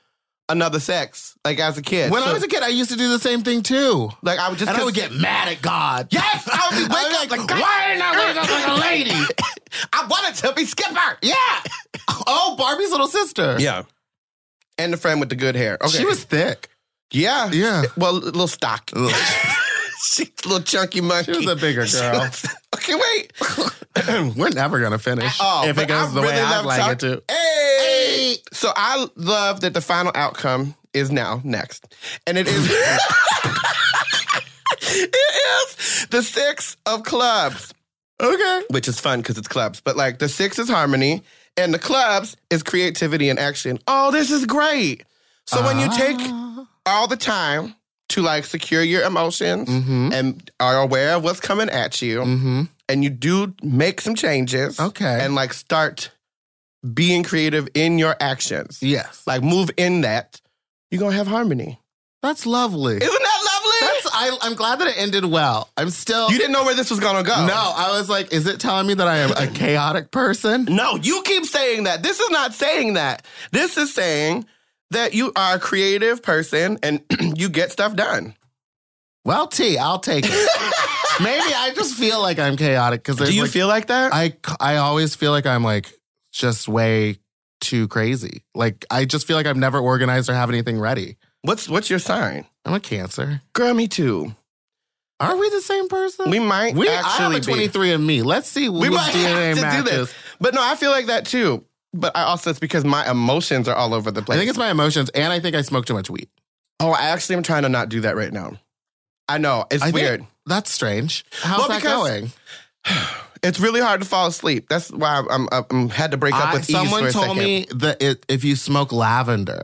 Speaker 1: another sex, like as a kid.
Speaker 2: When
Speaker 1: So,
Speaker 2: I was a kid, I used to do the same thing too.
Speaker 1: like I would just
Speaker 2: And I would get mad at God.
Speaker 1: yes, I would be
Speaker 2: I
Speaker 1: wake
Speaker 2: was
Speaker 1: up like, God,
Speaker 2: why didn't I wake up like a lady?
Speaker 1: I wanted to be skipper.
Speaker 2: Yeah. Oh, Barbie's little sister.
Speaker 1: Yeah. And the friend with the good hair. Okay.
Speaker 2: She was thick.
Speaker 1: yeah.
Speaker 2: Yeah.
Speaker 1: Well, a little stocky.
Speaker 2: Ugh.
Speaker 1: She's a little chunky monkey.
Speaker 2: She was a bigger
Speaker 1: She
Speaker 2: girl.
Speaker 1: was- okay, wait.
Speaker 2: We're never gonna finish
Speaker 1: Oh,
Speaker 2: if
Speaker 1: but
Speaker 2: it goes
Speaker 1: I
Speaker 2: the way
Speaker 1: really
Speaker 2: I'd
Speaker 1: love
Speaker 2: like
Speaker 1: talk-
Speaker 2: it to.
Speaker 1: Hey! So I love that the final outcome is now next. And it is It is the six of clubs.
Speaker 2: Okay.
Speaker 1: Which is fun because it's clubs. But like the six is harmony and the clubs is creativity and action. Oh, this is great. So when you take
Speaker 2: Ah.
Speaker 1: all the time to like secure your emotions
Speaker 2: Mm-hmm.
Speaker 1: and are aware of what's coming at you
Speaker 2: Mm-hmm.
Speaker 1: and you do make some changes
Speaker 2: Okay.
Speaker 1: and like start being creative in your actions
Speaker 2: yes.
Speaker 1: like move in that you're gonna have harmony
Speaker 2: That's lovely.
Speaker 1: isn't that lovely
Speaker 2: That's I, I'm glad that it ended well. I'm still
Speaker 1: you didn't know where this was gonna go
Speaker 2: No, I was like, is it telling me that I am a chaotic person?
Speaker 1: no you keep saying that this is not saying that this is saying that you are a creative person and you get stuff done
Speaker 2: Well, T, I'll take it. Maybe I just feel like I'm chaotic because
Speaker 1: do you feel like that
Speaker 2: I I always feel like I'm like just way too crazy. Like I just feel like I'm never organized or have anything ready.
Speaker 1: what's what's your sign
Speaker 2: I'm a cancer.
Speaker 1: girl me too
Speaker 2: Are we the same person?
Speaker 1: we might
Speaker 2: we I have
Speaker 1: actually
Speaker 2: a
Speaker 1: be.
Speaker 2: 23 and me. Let's see
Speaker 1: we
Speaker 2: whose
Speaker 1: might
Speaker 2: DNA
Speaker 1: have to
Speaker 2: matches.
Speaker 1: do this. But no, I feel like that too. But I also it's because my emotions are all over the
Speaker 2: I
Speaker 1: place.
Speaker 2: think it's my emotions, and I think I smoke too much weed.
Speaker 1: oh, I actually am trying to not do that right now. I know it's
Speaker 2: I think-
Speaker 1: weird.
Speaker 2: That's strange. How's
Speaker 1: Well,
Speaker 2: that
Speaker 1: because
Speaker 2: going?
Speaker 1: it's really hard to fall asleep. That's why I'm, I'm, I'm, had to break up
Speaker 2: I-
Speaker 1: with Eve
Speaker 2: someone
Speaker 1: for a
Speaker 2: told
Speaker 1: second.
Speaker 2: me that it, if you smoke lavender,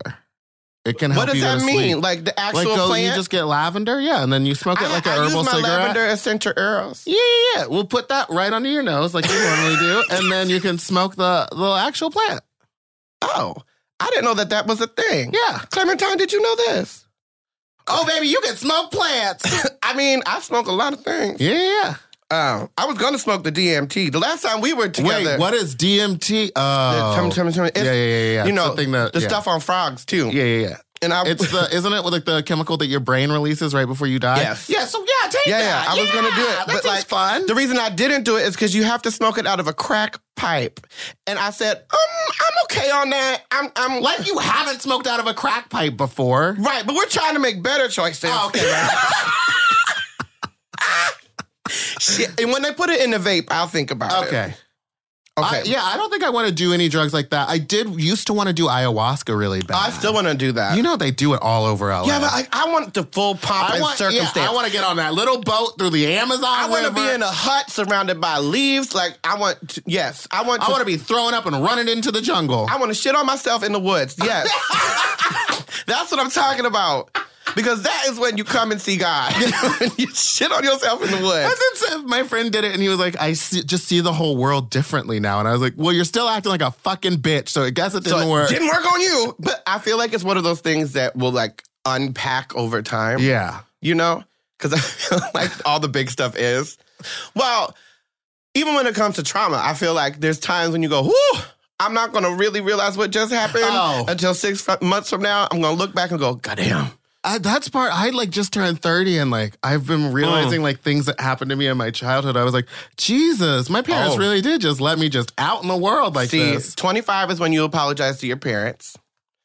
Speaker 2: it can help
Speaker 1: what does
Speaker 2: you go
Speaker 1: that
Speaker 2: to
Speaker 1: mean?
Speaker 2: sleep.
Speaker 1: Like the actual
Speaker 2: Like, go, you
Speaker 1: plant?
Speaker 2: just get lavender, yeah, and then you smoke it
Speaker 1: I,
Speaker 2: like
Speaker 1: I
Speaker 2: a herbal
Speaker 1: use my
Speaker 2: cigarette.
Speaker 1: lavender essential oils.
Speaker 2: Yeah, yeah, yeah. We'll put that right under your nose like you normally do, and then you can smoke the the actual plant.
Speaker 1: Oh, I didn't know that that was a thing.
Speaker 2: Yeah.
Speaker 1: Clementine, did you know this?
Speaker 2: Oh, baby, you can smoke plants.
Speaker 1: I mean, I smoke a lot of things.
Speaker 2: yeah, yeah.
Speaker 1: Um, I was gonna smoke the DMT. The last time we were
Speaker 2: yeah.
Speaker 1: together,
Speaker 2: Wait, what is DMT?
Speaker 1: the- tum-
Speaker 2: Oh,
Speaker 1: tum- tum- it's
Speaker 2: yeah, yeah, yeah, yeah.
Speaker 1: you know,
Speaker 2: Something that,
Speaker 1: the
Speaker 2: yeah.
Speaker 1: stuff on frogs too.
Speaker 2: Yeah, yeah, yeah.
Speaker 1: And I,
Speaker 2: It's the isn't it with like the chemical that your brain releases right before you die?
Speaker 1: Yes.
Speaker 2: Yeah. So yeah, take
Speaker 1: yeah, yeah,
Speaker 2: that.
Speaker 1: I was gonna do it,
Speaker 2: that
Speaker 1: but
Speaker 2: seems
Speaker 1: like
Speaker 2: fun.
Speaker 1: the reason I didn't do it is because you have to smoke it out of a crack pipe, and I said, um, I'm okay on that. I'm, I'm
Speaker 2: Like you haven't smoked out of a crack pipe before.
Speaker 1: right, but we're trying to make better choices.
Speaker 2: Oh, okay,
Speaker 1: Shit. and when they put it in the vape, I'll think about it.
Speaker 2: Okay.
Speaker 1: Okay,
Speaker 2: I- yeah, I don't think I want to do any drugs like that. I did used to want to do ayahuasca really bad.
Speaker 1: I still want to do that.
Speaker 2: You know they do it all over LA.
Speaker 1: yeah, but I, I want the full pomp
Speaker 2: I
Speaker 1: and
Speaker 2: want, yeah,
Speaker 1: circumstance.
Speaker 2: I want to get on that little boat through the Amazon.
Speaker 1: I want to be
Speaker 2: River.
Speaker 1: in a hut surrounded by leaves. Like I want, to, yes, I want. To,
Speaker 2: I want to be thrown up and running into the jungle.
Speaker 1: I want to shit on myself in the woods. Yes. That's what I'm talking about. Because that is when you come and see God. When you shit on yourself in the woods.
Speaker 2: That's insane. My friend did it, and he was like, "I see, just see the whole world differently now." And I was like, "Well, you're still acting like a fucking bitch, so I guess it didn't
Speaker 1: So it
Speaker 2: work."
Speaker 1: didn't work on you. But I feel like it's one of those things that will like unpack over time.
Speaker 2: yeah,
Speaker 1: You know? Because I feel like all the big stuff is. Well, even when it comes to trauma, I feel like there's times when you go, whoo, I'm not going to really realize what just happened
Speaker 2: Oh.
Speaker 1: until six f- months from now. I'm going to look back and go, goddamn.
Speaker 2: I, that's part. I like just turned thirty, and like I've been realizing like things that happened to me in my childhood. I was like, Jesus, my parents
Speaker 1: Oh.
Speaker 2: really did just let me just out in the world like
Speaker 1: See,
Speaker 2: this.
Speaker 1: 25 is when you apologize to your parents.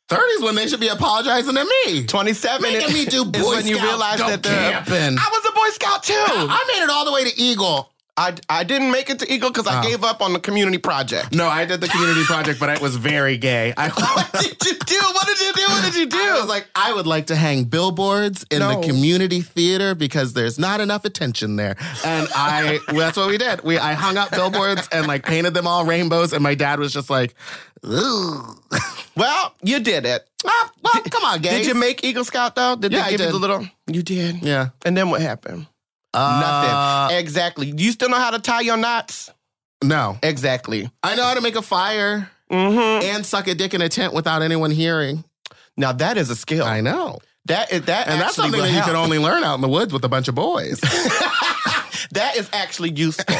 Speaker 2: Thirty is when they should be apologizing to me.
Speaker 1: 27
Speaker 2: Making
Speaker 1: is,
Speaker 2: me do
Speaker 1: is
Speaker 2: Boy
Speaker 1: when you
Speaker 2: Scouts,
Speaker 1: realize
Speaker 2: go
Speaker 1: that they're.
Speaker 2: camping.
Speaker 1: I was a Boy Scout too.
Speaker 2: I made it all the way to Eagle.
Speaker 1: I, I didn't make it to Eagle because I
Speaker 2: Oh.
Speaker 1: gave up on the community project.
Speaker 2: No, I did the community project, but I was very gay. I,
Speaker 1: what did you do? What did you do? What did you do?
Speaker 2: I was like, I would like to hang billboards in
Speaker 1: No.
Speaker 2: the community theater because there's not enough attention there. And I, well, that's what we did. We, I hung up billboards and like painted them all rainbows. And my dad was just like, ooh,
Speaker 1: well, you did it.
Speaker 2: Ah, well, come on, gay.
Speaker 1: Did you make Eagle Scout though? Did
Speaker 2: Yeah,
Speaker 1: they
Speaker 2: I
Speaker 1: give you
Speaker 2: did.
Speaker 1: the little? You did.
Speaker 2: Yeah.
Speaker 1: And then what happened?
Speaker 2: Uh,
Speaker 1: Nothing. Exactly. Do you still know how to tie your knots?
Speaker 2: No,
Speaker 1: Exactly.
Speaker 2: I know how to make a fire
Speaker 1: Mm-hmm.
Speaker 2: and suck a dick in a tent without anyone hearing.
Speaker 1: Now that is a skill.
Speaker 2: I know,
Speaker 1: That is that
Speaker 2: and that's
Speaker 1: actually
Speaker 2: something
Speaker 1: will
Speaker 2: that you
Speaker 1: help.
Speaker 2: could only learn out in the woods with a bunch of boys.
Speaker 1: That is actually useful.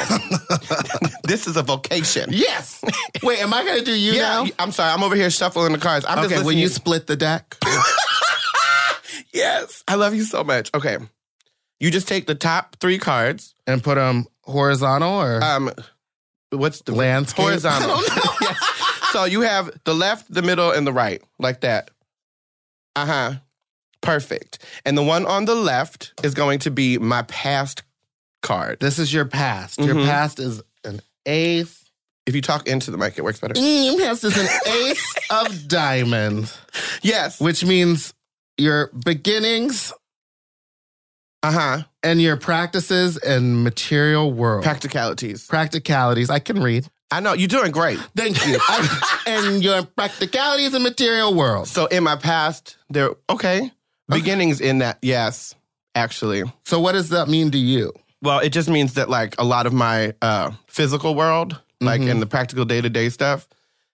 Speaker 1: this is a vocation.
Speaker 2: yes. Wait, am I gonna do you
Speaker 1: Yeah,
Speaker 2: now?
Speaker 1: I'm sorry. I'm over here shuffling the cards. I'm
Speaker 2: Okay,
Speaker 1: just
Speaker 2: will you
Speaker 1: listening.
Speaker 2: split the deck?
Speaker 1: yes, I love you so much. Okay, you just take the top three cards.
Speaker 2: and put them horizontal or
Speaker 1: Um, what's the
Speaker 2: landscape
Speaker 1: horizontal? Yes. So you have the left, the middle, and the right, like that. Uh huh. Perfect. And the one on the left is going to be my past card.
Speaker 2: This is your past.
Speaker 1: Mhm.
Speaker 2: Your past is an ace.
Speaker 1: If you talk into the mic, it works better.
Speaker 2: Your past is an ace of diamonds,
Speaker 1: Yes.
Speaker 2: which means your beginnings
Speaker 1: Uh huh.
Speaker 2: and your practices and material world.
Speaker 1: Practicalities.
Speaker 2: practicalities. I can read.
Speaker 1: I know you're doing great.
Speaker 2: Thank you. I- and your practicalities and material world.
Speaker 1: So in my past, there okay. Beginnings in that, yes, actually.
Speaker 2: So what does that mean to you?
Speaker 1: Well, it just means that like a lot of my uh physical world, like in the practical day to day stuff,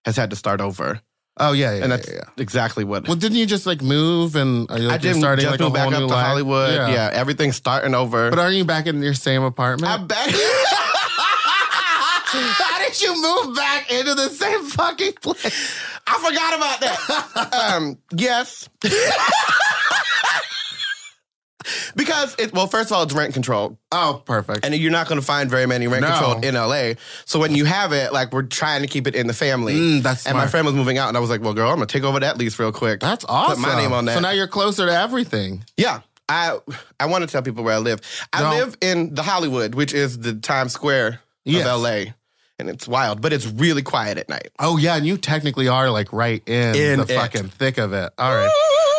Speaker 1: has had to start over.
Speaker 2: Oh yeah, yeah,
Speaker 1: And
Speaker 2: yeah,
Speaker 1: that's
Speaker 2: yeah, yeah.
Speaker 1: exactly what
Speaker 2: Well, didn't you just like move and are you, like,
Speaker 1: I
Speaker 2: you're
Speaker 1: did
Speaker 2: starting
Speaker 1: just
Speaker 2: like
Speaker 1: move
Speaker 2: a
Speaker 1: back
Speaker 2: whole
Speaker 1: up
Speaker 2: new
Speaker 1: to
Speaker 2: life?
Speaker 1: Hollywood. Yeah. everything's starting over.
Speaker 2: But uh, aren't you back in your same apartment?
Speaker 1: I'm back.
Speaker 2: How did you move back into the same fucking place?
Speaker 1: I forgot about that. um, yes. because it well, first of all, it's rent controlled.
Speaker 2: Oh, perfect.
Speaker 1: And you're not going to find very many rent
Speaker 2: No.
Speaker 1: controlled in LA. So when you have it, like we're trying to keep it in the family.
Speaker 2: Mm, that's
Speaker 1: and my
Speaker 2: smart.
Speaker 1: friend was moving out, and I was like, "Well, girl, I'm gonna take over that lease real quick."
Speaker 2: That's awesome.
Speaker 1: Put my name on that.
Speaker 2: So now you're closer to everything.
Speaker 1: yeah, I I want to tell people where I live. I
Speaker 2: No.
Speaker 1: live in the Hollywood, which is the Times Square
Speaker 2: Yes.
Speaker 1: of LA, and it's wild, but it's really quiet at night.
Speaker 2: Oh yeah, and you technically are like right in,
Speaker 1: In
Speaker 2: the
Speaker 1: it.
Speaker 2: fucking thick of it. All right.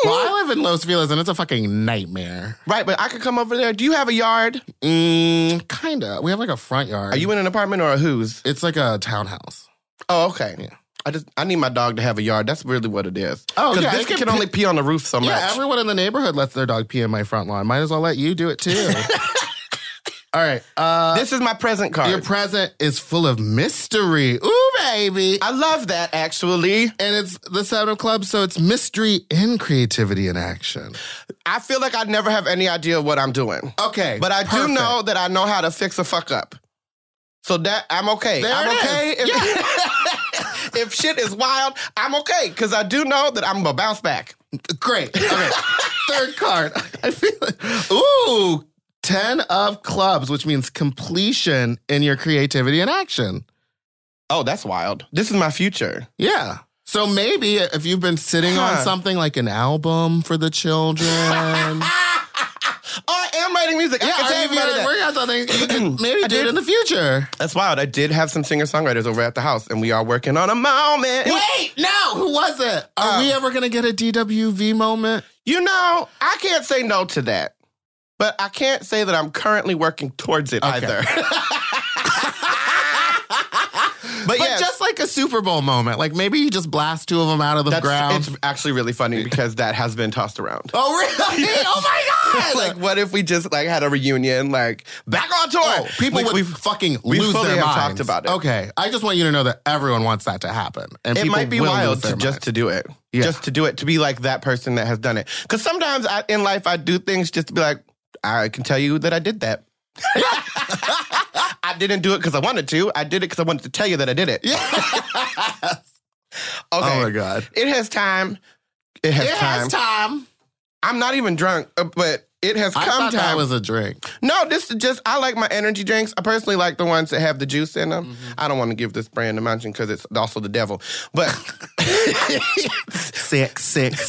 Speaker 2: Well, I live in Los Feliz, and it's a fucking nightmare.
Speaker 1: Right, but I could come over there. Do you have a yard?
Speaker 2: Mm, kinda. We have like a front yard.
Speaker 1: Are you in an apartment or a who's?
Speaker 2: It's like a townhouse.
Speaker 1: Oh, okay.
Speaker 2: Yeah.
Speaker 1: I just I need my dog to have a yard. That's really what it is.
Speaker 2: Oh,
Speaker 1: 'Cause
Speaker 2: yeah,
Speaker 1: this
Speaker 2: it
Speaker 1: kid
Speaker 2: can
Speaker 1: can only pee on the roof so much.
Speaker 2: Yeah, everyone in the neighborhood lets their dog pee in my front lawn. Might as well let you do it too. All right. Uh,
Speaker 1: this is my present
Speaker 2: your
Speaker 1: card.
Speaker 2: present is full of mystery. Ooh, baby.
Speaker 1: I love that actually.
Speaker 2: and it's the Seven of Clubs, so it's mystery and creativity in action.
Speaker 1: I feel like I never have any idea what I'm doing.
Speaker 2: Okay,
Speaker 1: But I do know that I know how to fix a fuck up. So that I'm okay.
Speaker 2: There
Speaker 1: I'm
Speaker 2: it is.
Speaker 1: okay if, if shit is wild, I'm okay cuz I do know that I'm gonna bounce back.
Speaker 2: Great. Okay, third card. I feel it. Ooh, ten of clubs, which means completion in your creativity and action.
Speaker 1: Oh, that's wild. This is my future.
Speaker 2: Yeah. So maybe if you've been sitting
Speaker 1: Huh.
Speaker 2: on something like an album for the children.
Speaker 1: Oh, I am writing music. I
Speaker 2: Yeah,
Speaker 1: can
Speaker 2: or
Speaker 1: tell
Speaker 2: if you're
Speaker 1: everybody that.
Speaker 2: working on something, you can maybe do it in the future.
Speaker 1: That's wild. I did have some singer songwriters over at the house, and we are working on a moment.
Speaker 2: Wait, no, who was it? Are
Speaker 1: Oh.
Speaker 2: we ever gonna get a DWV moment?
Speaker 1: You know, I can't say no to that, but I can't say that I'm currently working towards it either. but
Speaker 2: But
Speaker 1: yeah,
Speaker 2: just like a Super Bowl moment, like maybe you just blast two of them out of the
Speaker 1: that's,
Speaker 2: ground.
Speaker 1: it's actually really funny because that has been tossed around.
Speaker 2: oh really? Oh my god!
Speaker 1: like, what if we just like had a reunion, like back on tour?
Speaker 2: Oh, people
Speaker 1: We-
Speaker 2: would
Speaker 1: we-
Speaker 2: fucking
Speaker 1: we
Speaker 2: lose
Speaker 1: fully
Speaker 2: their
Speaker 1: have
Speaker 2: minds.
Speaker 1: talked about it.
Speaker 2: Okay, I just want you to know that everyone wants that to happen, and
Speaker 1: it
Speaker 2: people
Speaker 1: might be
Speaker 2: will
Speaker 1: wild
Speaker 2: lose their
Speaker 1: to just
Speaker 2: minds.
Speaker 1: to do it
Speaker 2: Yeah.
Speaker 1: just to do it to be like that person that has done it because sometimes I, in life i do things just to be like i can tell you that i did that i didn't do it because i wanted to i did it because i wanted to tell you that i did it okay
Speaker 2: Oh my god!
Speaker 1: it has time it has
Speaker 2: It
Speaker 1: time
Speaker 2: has time.
Speaker 1: I'm not even drunk, uh, but it has
Speaker 2: I
Speaker 1: come
Speaker 2: thought that
Speaker 1: time.
Speaker 2: was a drink.
Speaker 1: no, this is just I like my energy drinks. I personally like the ones that have the juice in them. I don't want to give this brand a mention because it's also the devil. But
Speaker 2: Six, six,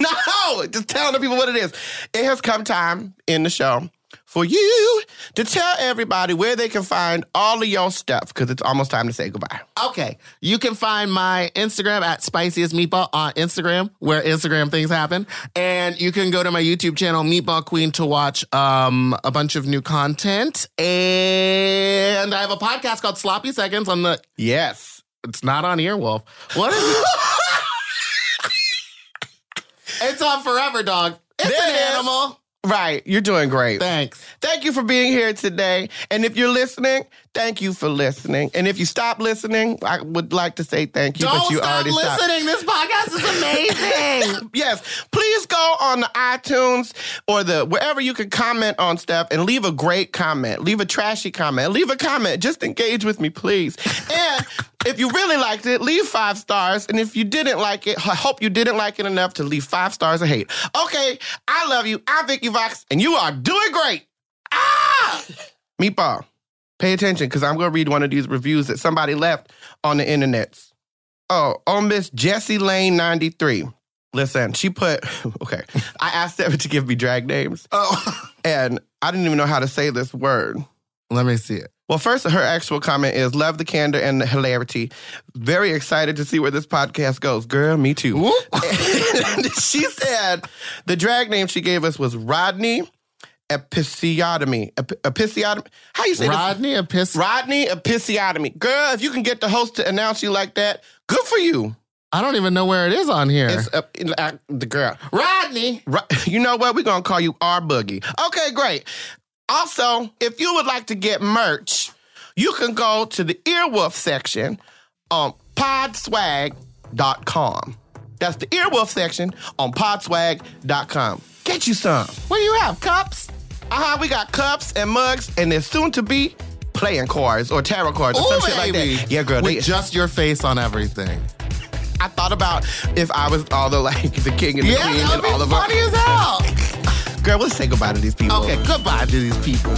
Speaker 1: no, just telling the people what it is. It has come time in the show for you to tell everybody where they can find all of your stuff because it's almost time to say goodbye.
Speaker 2: Okay, you can find my Instagram at spiciest meatball on Instagram, where Instagram things happen, and you can go to my YouTube channel Meatball Queen to watch um, a bunch of new content. And I have a podcast called Sloppy Seconds on the.
Speaker 1: Yes.
Speaker 2: It's not on Earwolf. What is it? it's on Forever Dog. It's
Speaker 1: There
Speaker 2: an
Speaker 1: it is.
Speaker 2: animal.
Speaker 1: Right. You're doing great.
Speaker 2: Thanks.
Speaker 1: Thank you for being here today. And if you're listening, thank you for listening. And if you stop listening, I would like to say thank you,
Speaker 2: Don't
Speaker 1: but you
Speaker 2: stop
Speaker 1: already stopped.
Speaker 2: listening. This podcast is amazing.
Speaker 1: Yes, please go on the iTunes or the wherever you can comment on stuff and leave a great comment, leave a trashy comment, leave a comment. Just engage with me, please. And if you really liked it, leave five stars. And if you didn't like it, I hope you didn't like it enough to leave five stars of hate. Okay, I love you. I'm Vicky Vox, and you are doing great. Ah! Meatball, pay attention because I'm going to read one of these reviews that somebody left on the internet. Oh, oh, Miss Jessie Lane 93. Listen, she put, okay, I asked them to give me drag names,
Speaker 2: oh,
Speaker 1: and I didn't even know how to say this word.
Speaker 2: let me see it.
Speaker 1: Well, first, her actual comment is love the candor and the hilarity. Very excited to see where this podcast goes. Girl, me too. And she said the drag name she gave us was Rodney Episiotomy. Ep- episiotomy? How you say this?
Speaker 2: Rodney Epistle.
Speaker 1: Rodney Episiotomy. Girl, if you can get the host to announce you like that, good for you.
Speaker 2: I don't even know where it is on here.
Speaker 1: It's uh, uh, the girl.
Speaker 2: Rodney.
Speaker 1: Right. You know what? We're going to call you R Boogie. Okay, great. Also, if you would like to get merch, you can go to the Earwolf section on podswag.com. That's the Earwolf section on podswag.com. Get you some.
Speaker 2: What do you have? Cups?
Speaker 1: Uh-huh, we got cups and mugs and there's soon to be playing cards or tarot cards or
Speaker 2: Ooh,
Speaker 1: some shit like
Speaker 2: baby.
Speaker 1: that. Yeah, girl.
Speaker 2: With
Speaker 1: they-
Speaker 2: just your face on everything.
Speaker 1: I thought about if I was all the like the king and the queen and all of them.
Speaker 2: as hell.
Speaker 1: Girl, let's say goodbye to these people.
Speaker 2: Okay, goodbye to these people.